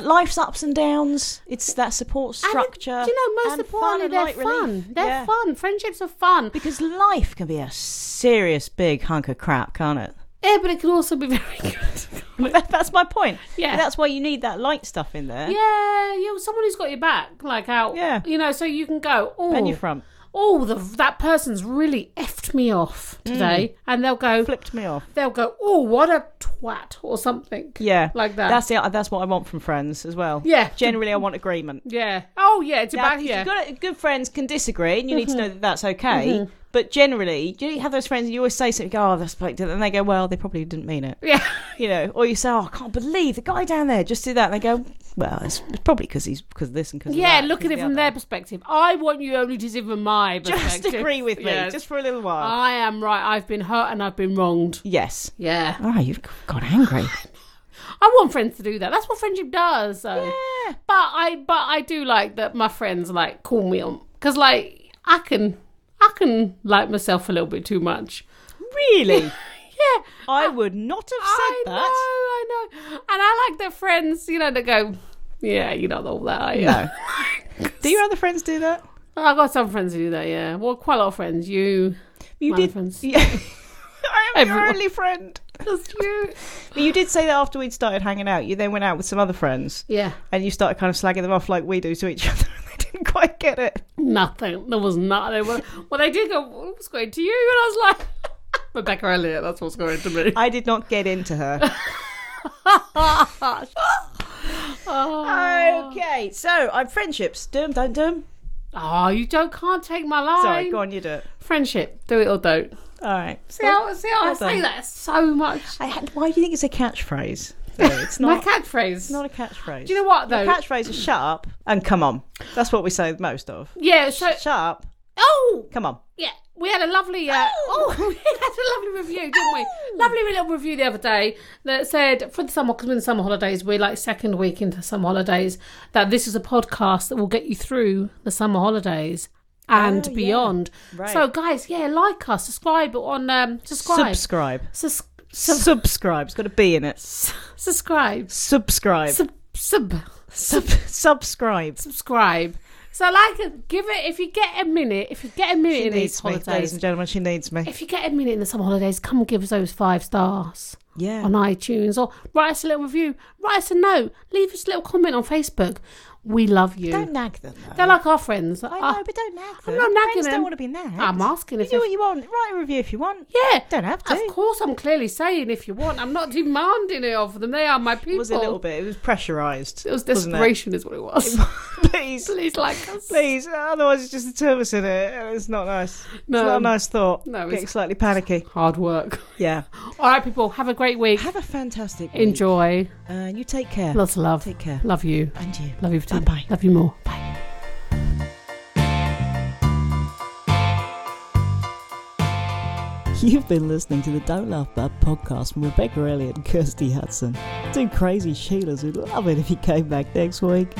B: Life's ups and downs. It's that support
A: And
B: structure.
A: do you know, most
B: and
A: importantly,
B: fun and
A: they're
B: light
A: fun.
B: relief.
A: They're
B: Yeah.
A: fun. Friendships are fun.
B: Because life can be a serious big hunk of crap, can't it? <laughs>
A: Yeah, but it can also be <laughs> very good.
B: That- That's my point.
A: Yeah.
B: That's why you need that light stuff in there.
A: yeah, you someone who's got your back, like out.
B: Yeah.
A: You know, so you can go. Oh,
B: And your front
A: oh, the, that person's really effed me off today, and they'll go.
B: flipped me off.
A: They'll go. Oh, what a twat or something.
B: Yeah.
A: Like that.
B: That's the, that's what I want from friends as well.
A: Yeah.
B: Generally, I want agreement.
A: Yeah. Oh, yeah. It's
B: Now,
A: about
B: if
A: yeah. Mm-hmm.
B: you've got a- good friends can disagree, and you need to know that that's okay. But generally, do you have those friends? And you always say something, you go, "Oh, that's like," and they go, "Well, they probably didn't mean it,"
A: yeah. <laughs>
B: you know. Or you say, "Oh, I can't believe the guy down there just did that," and they go, "Well, it's it's probably because he's because this and because
A: Yeah, look at it from their perspective. I want you only to see from my
B: <laughs>
A: perspective.
B: Just agree with me,
A: Yes.
B: just for a little while.
A: I am right. I've been hurt and I've been wronged.
B: Ah. yes.
A: Yeah.
B: Oh, you've got angry.
A: I want friends to do that. That's what friendship does. So.
B: <laughs> yeah.
A: But I but I do like that my friends like call me on cuz like I can I can like myself a little bit too much.
B: <laughs> Really? Ah,
A: Yeah.
B: I would not have
A: I
B: said
A: know,
B: that.
A: I know. And I like that friends, you know, that go, yeah, you're not all that, are you?
B: <laughs> No. do your other friends do that?
A: <laughs> I've got some friends who do that, yeah. Well, quite a lot of friends. You,
B: You
A: My
B: did.
A: friends.
B: Yeah. <laughs> I am your
A: Everyone.
B: only friend.
A: just you.
B: But you did say that after we'd started hanging out, you then went out with some other friends
A: Yeah,
B: and you started kind of slagging them off like we do to each <laughs> other. they didn't quite get it.
A: nothing. There was not. They were, well, they did go, what's going to you? And I was like, <laughs> Rebecca Elliott, that's what's going to me.
B: I did not get into her.
A: oh.
B: okay, so I'm friendships. Dum dum dum.
A: Oh, you don't can't take my line.
B: Sorry, go on, you do it.
A: Friendship, do it or don't.
B: All right.
A: See how, see how I
B: Well
A: say
B: done.
A: that so much.
B: I had, why do you think it's a catchphrase?
A: <laughs>
B: No, it's
A: My
B: not.
A: catchphrase.
B: not a catchphrase.
A: do you know what though?
B: catchphrase is shut up and come on. That's what we say most of.
A: yeah. So
B: Shut up,
A: oh
B: come on.
A: yeah, we had a lovely uh, oh <laughs> we had a lovely review, didn't we? Lovely little review the other day that said for the summer because we're in summer holidays, we're like second week into summer holidays. That this is a podcast that will get you through the summer holidays and
B: Oh, yeah.
A: beyond.
B: Right.
A: So guys, yeah, like us, subscribe on um subscribe.
B: Subscribe.
A: Sus-
B: Subscribe. It's got a B in it.
A: subscribe.
B: Subscribe.
A: Sub sub
B: Sub- subscribe.
A: subscribe. So like give it if you get a minute, if you get a minute
B: She
A: in these
B: needs me, ladies
A: holidays.
B: and gentlemen. She needs me.
A: if you get a minute in the summer holidays, come give us those five stars
B: Yeah.
A: on iTunes or write us a little review, write us a note, leave us a little comment on Facebook. We love you.
B: Don't nag them. Though.
A: They're like our friends.
B: I
A: Ah,
B: know, but don't nag them.
A: not nagging
B: Friends
A: them.
B: don't want to be nagged.
A: I'm asking
B: You
A: if
B: do
A: if-
B: what you want. Write a review if you want.
A: yeah,
B: Don't have to.
A: Of course, I'm clearly saying if you want. I'm not demanding it of them. They are my people.
B: It was a little bit. It was pressurised.
A: It was
B: wasn't it?
A: desperation, is what it was.
B: <laughs> please,
A: <laughs> Please like us.
B: please. Otherwise, it's just the two of us in it, and it's not nice.
A: No. um,
B: it's not a nice thought.
A: No,
B: Getting
A: it's-
B: slightly panicky.
A: Hard work.
B: Yeah.
A: All right, people. Have a great week.
B: Have a fantastic. week.
A: Enjoy.
B: Uh, and you take care.
A: Lots of love.
B: Take care.
A: Love you.
B: And you.
A: Love you too.
B: Bye-bye.
A: Love you more. Bye.
B: You've been listening to the Don't Laugh Bad podcast from Rebecca Elliott and Kirsty Hudson. Two crazy Sheilas who'd love it if you came back next week.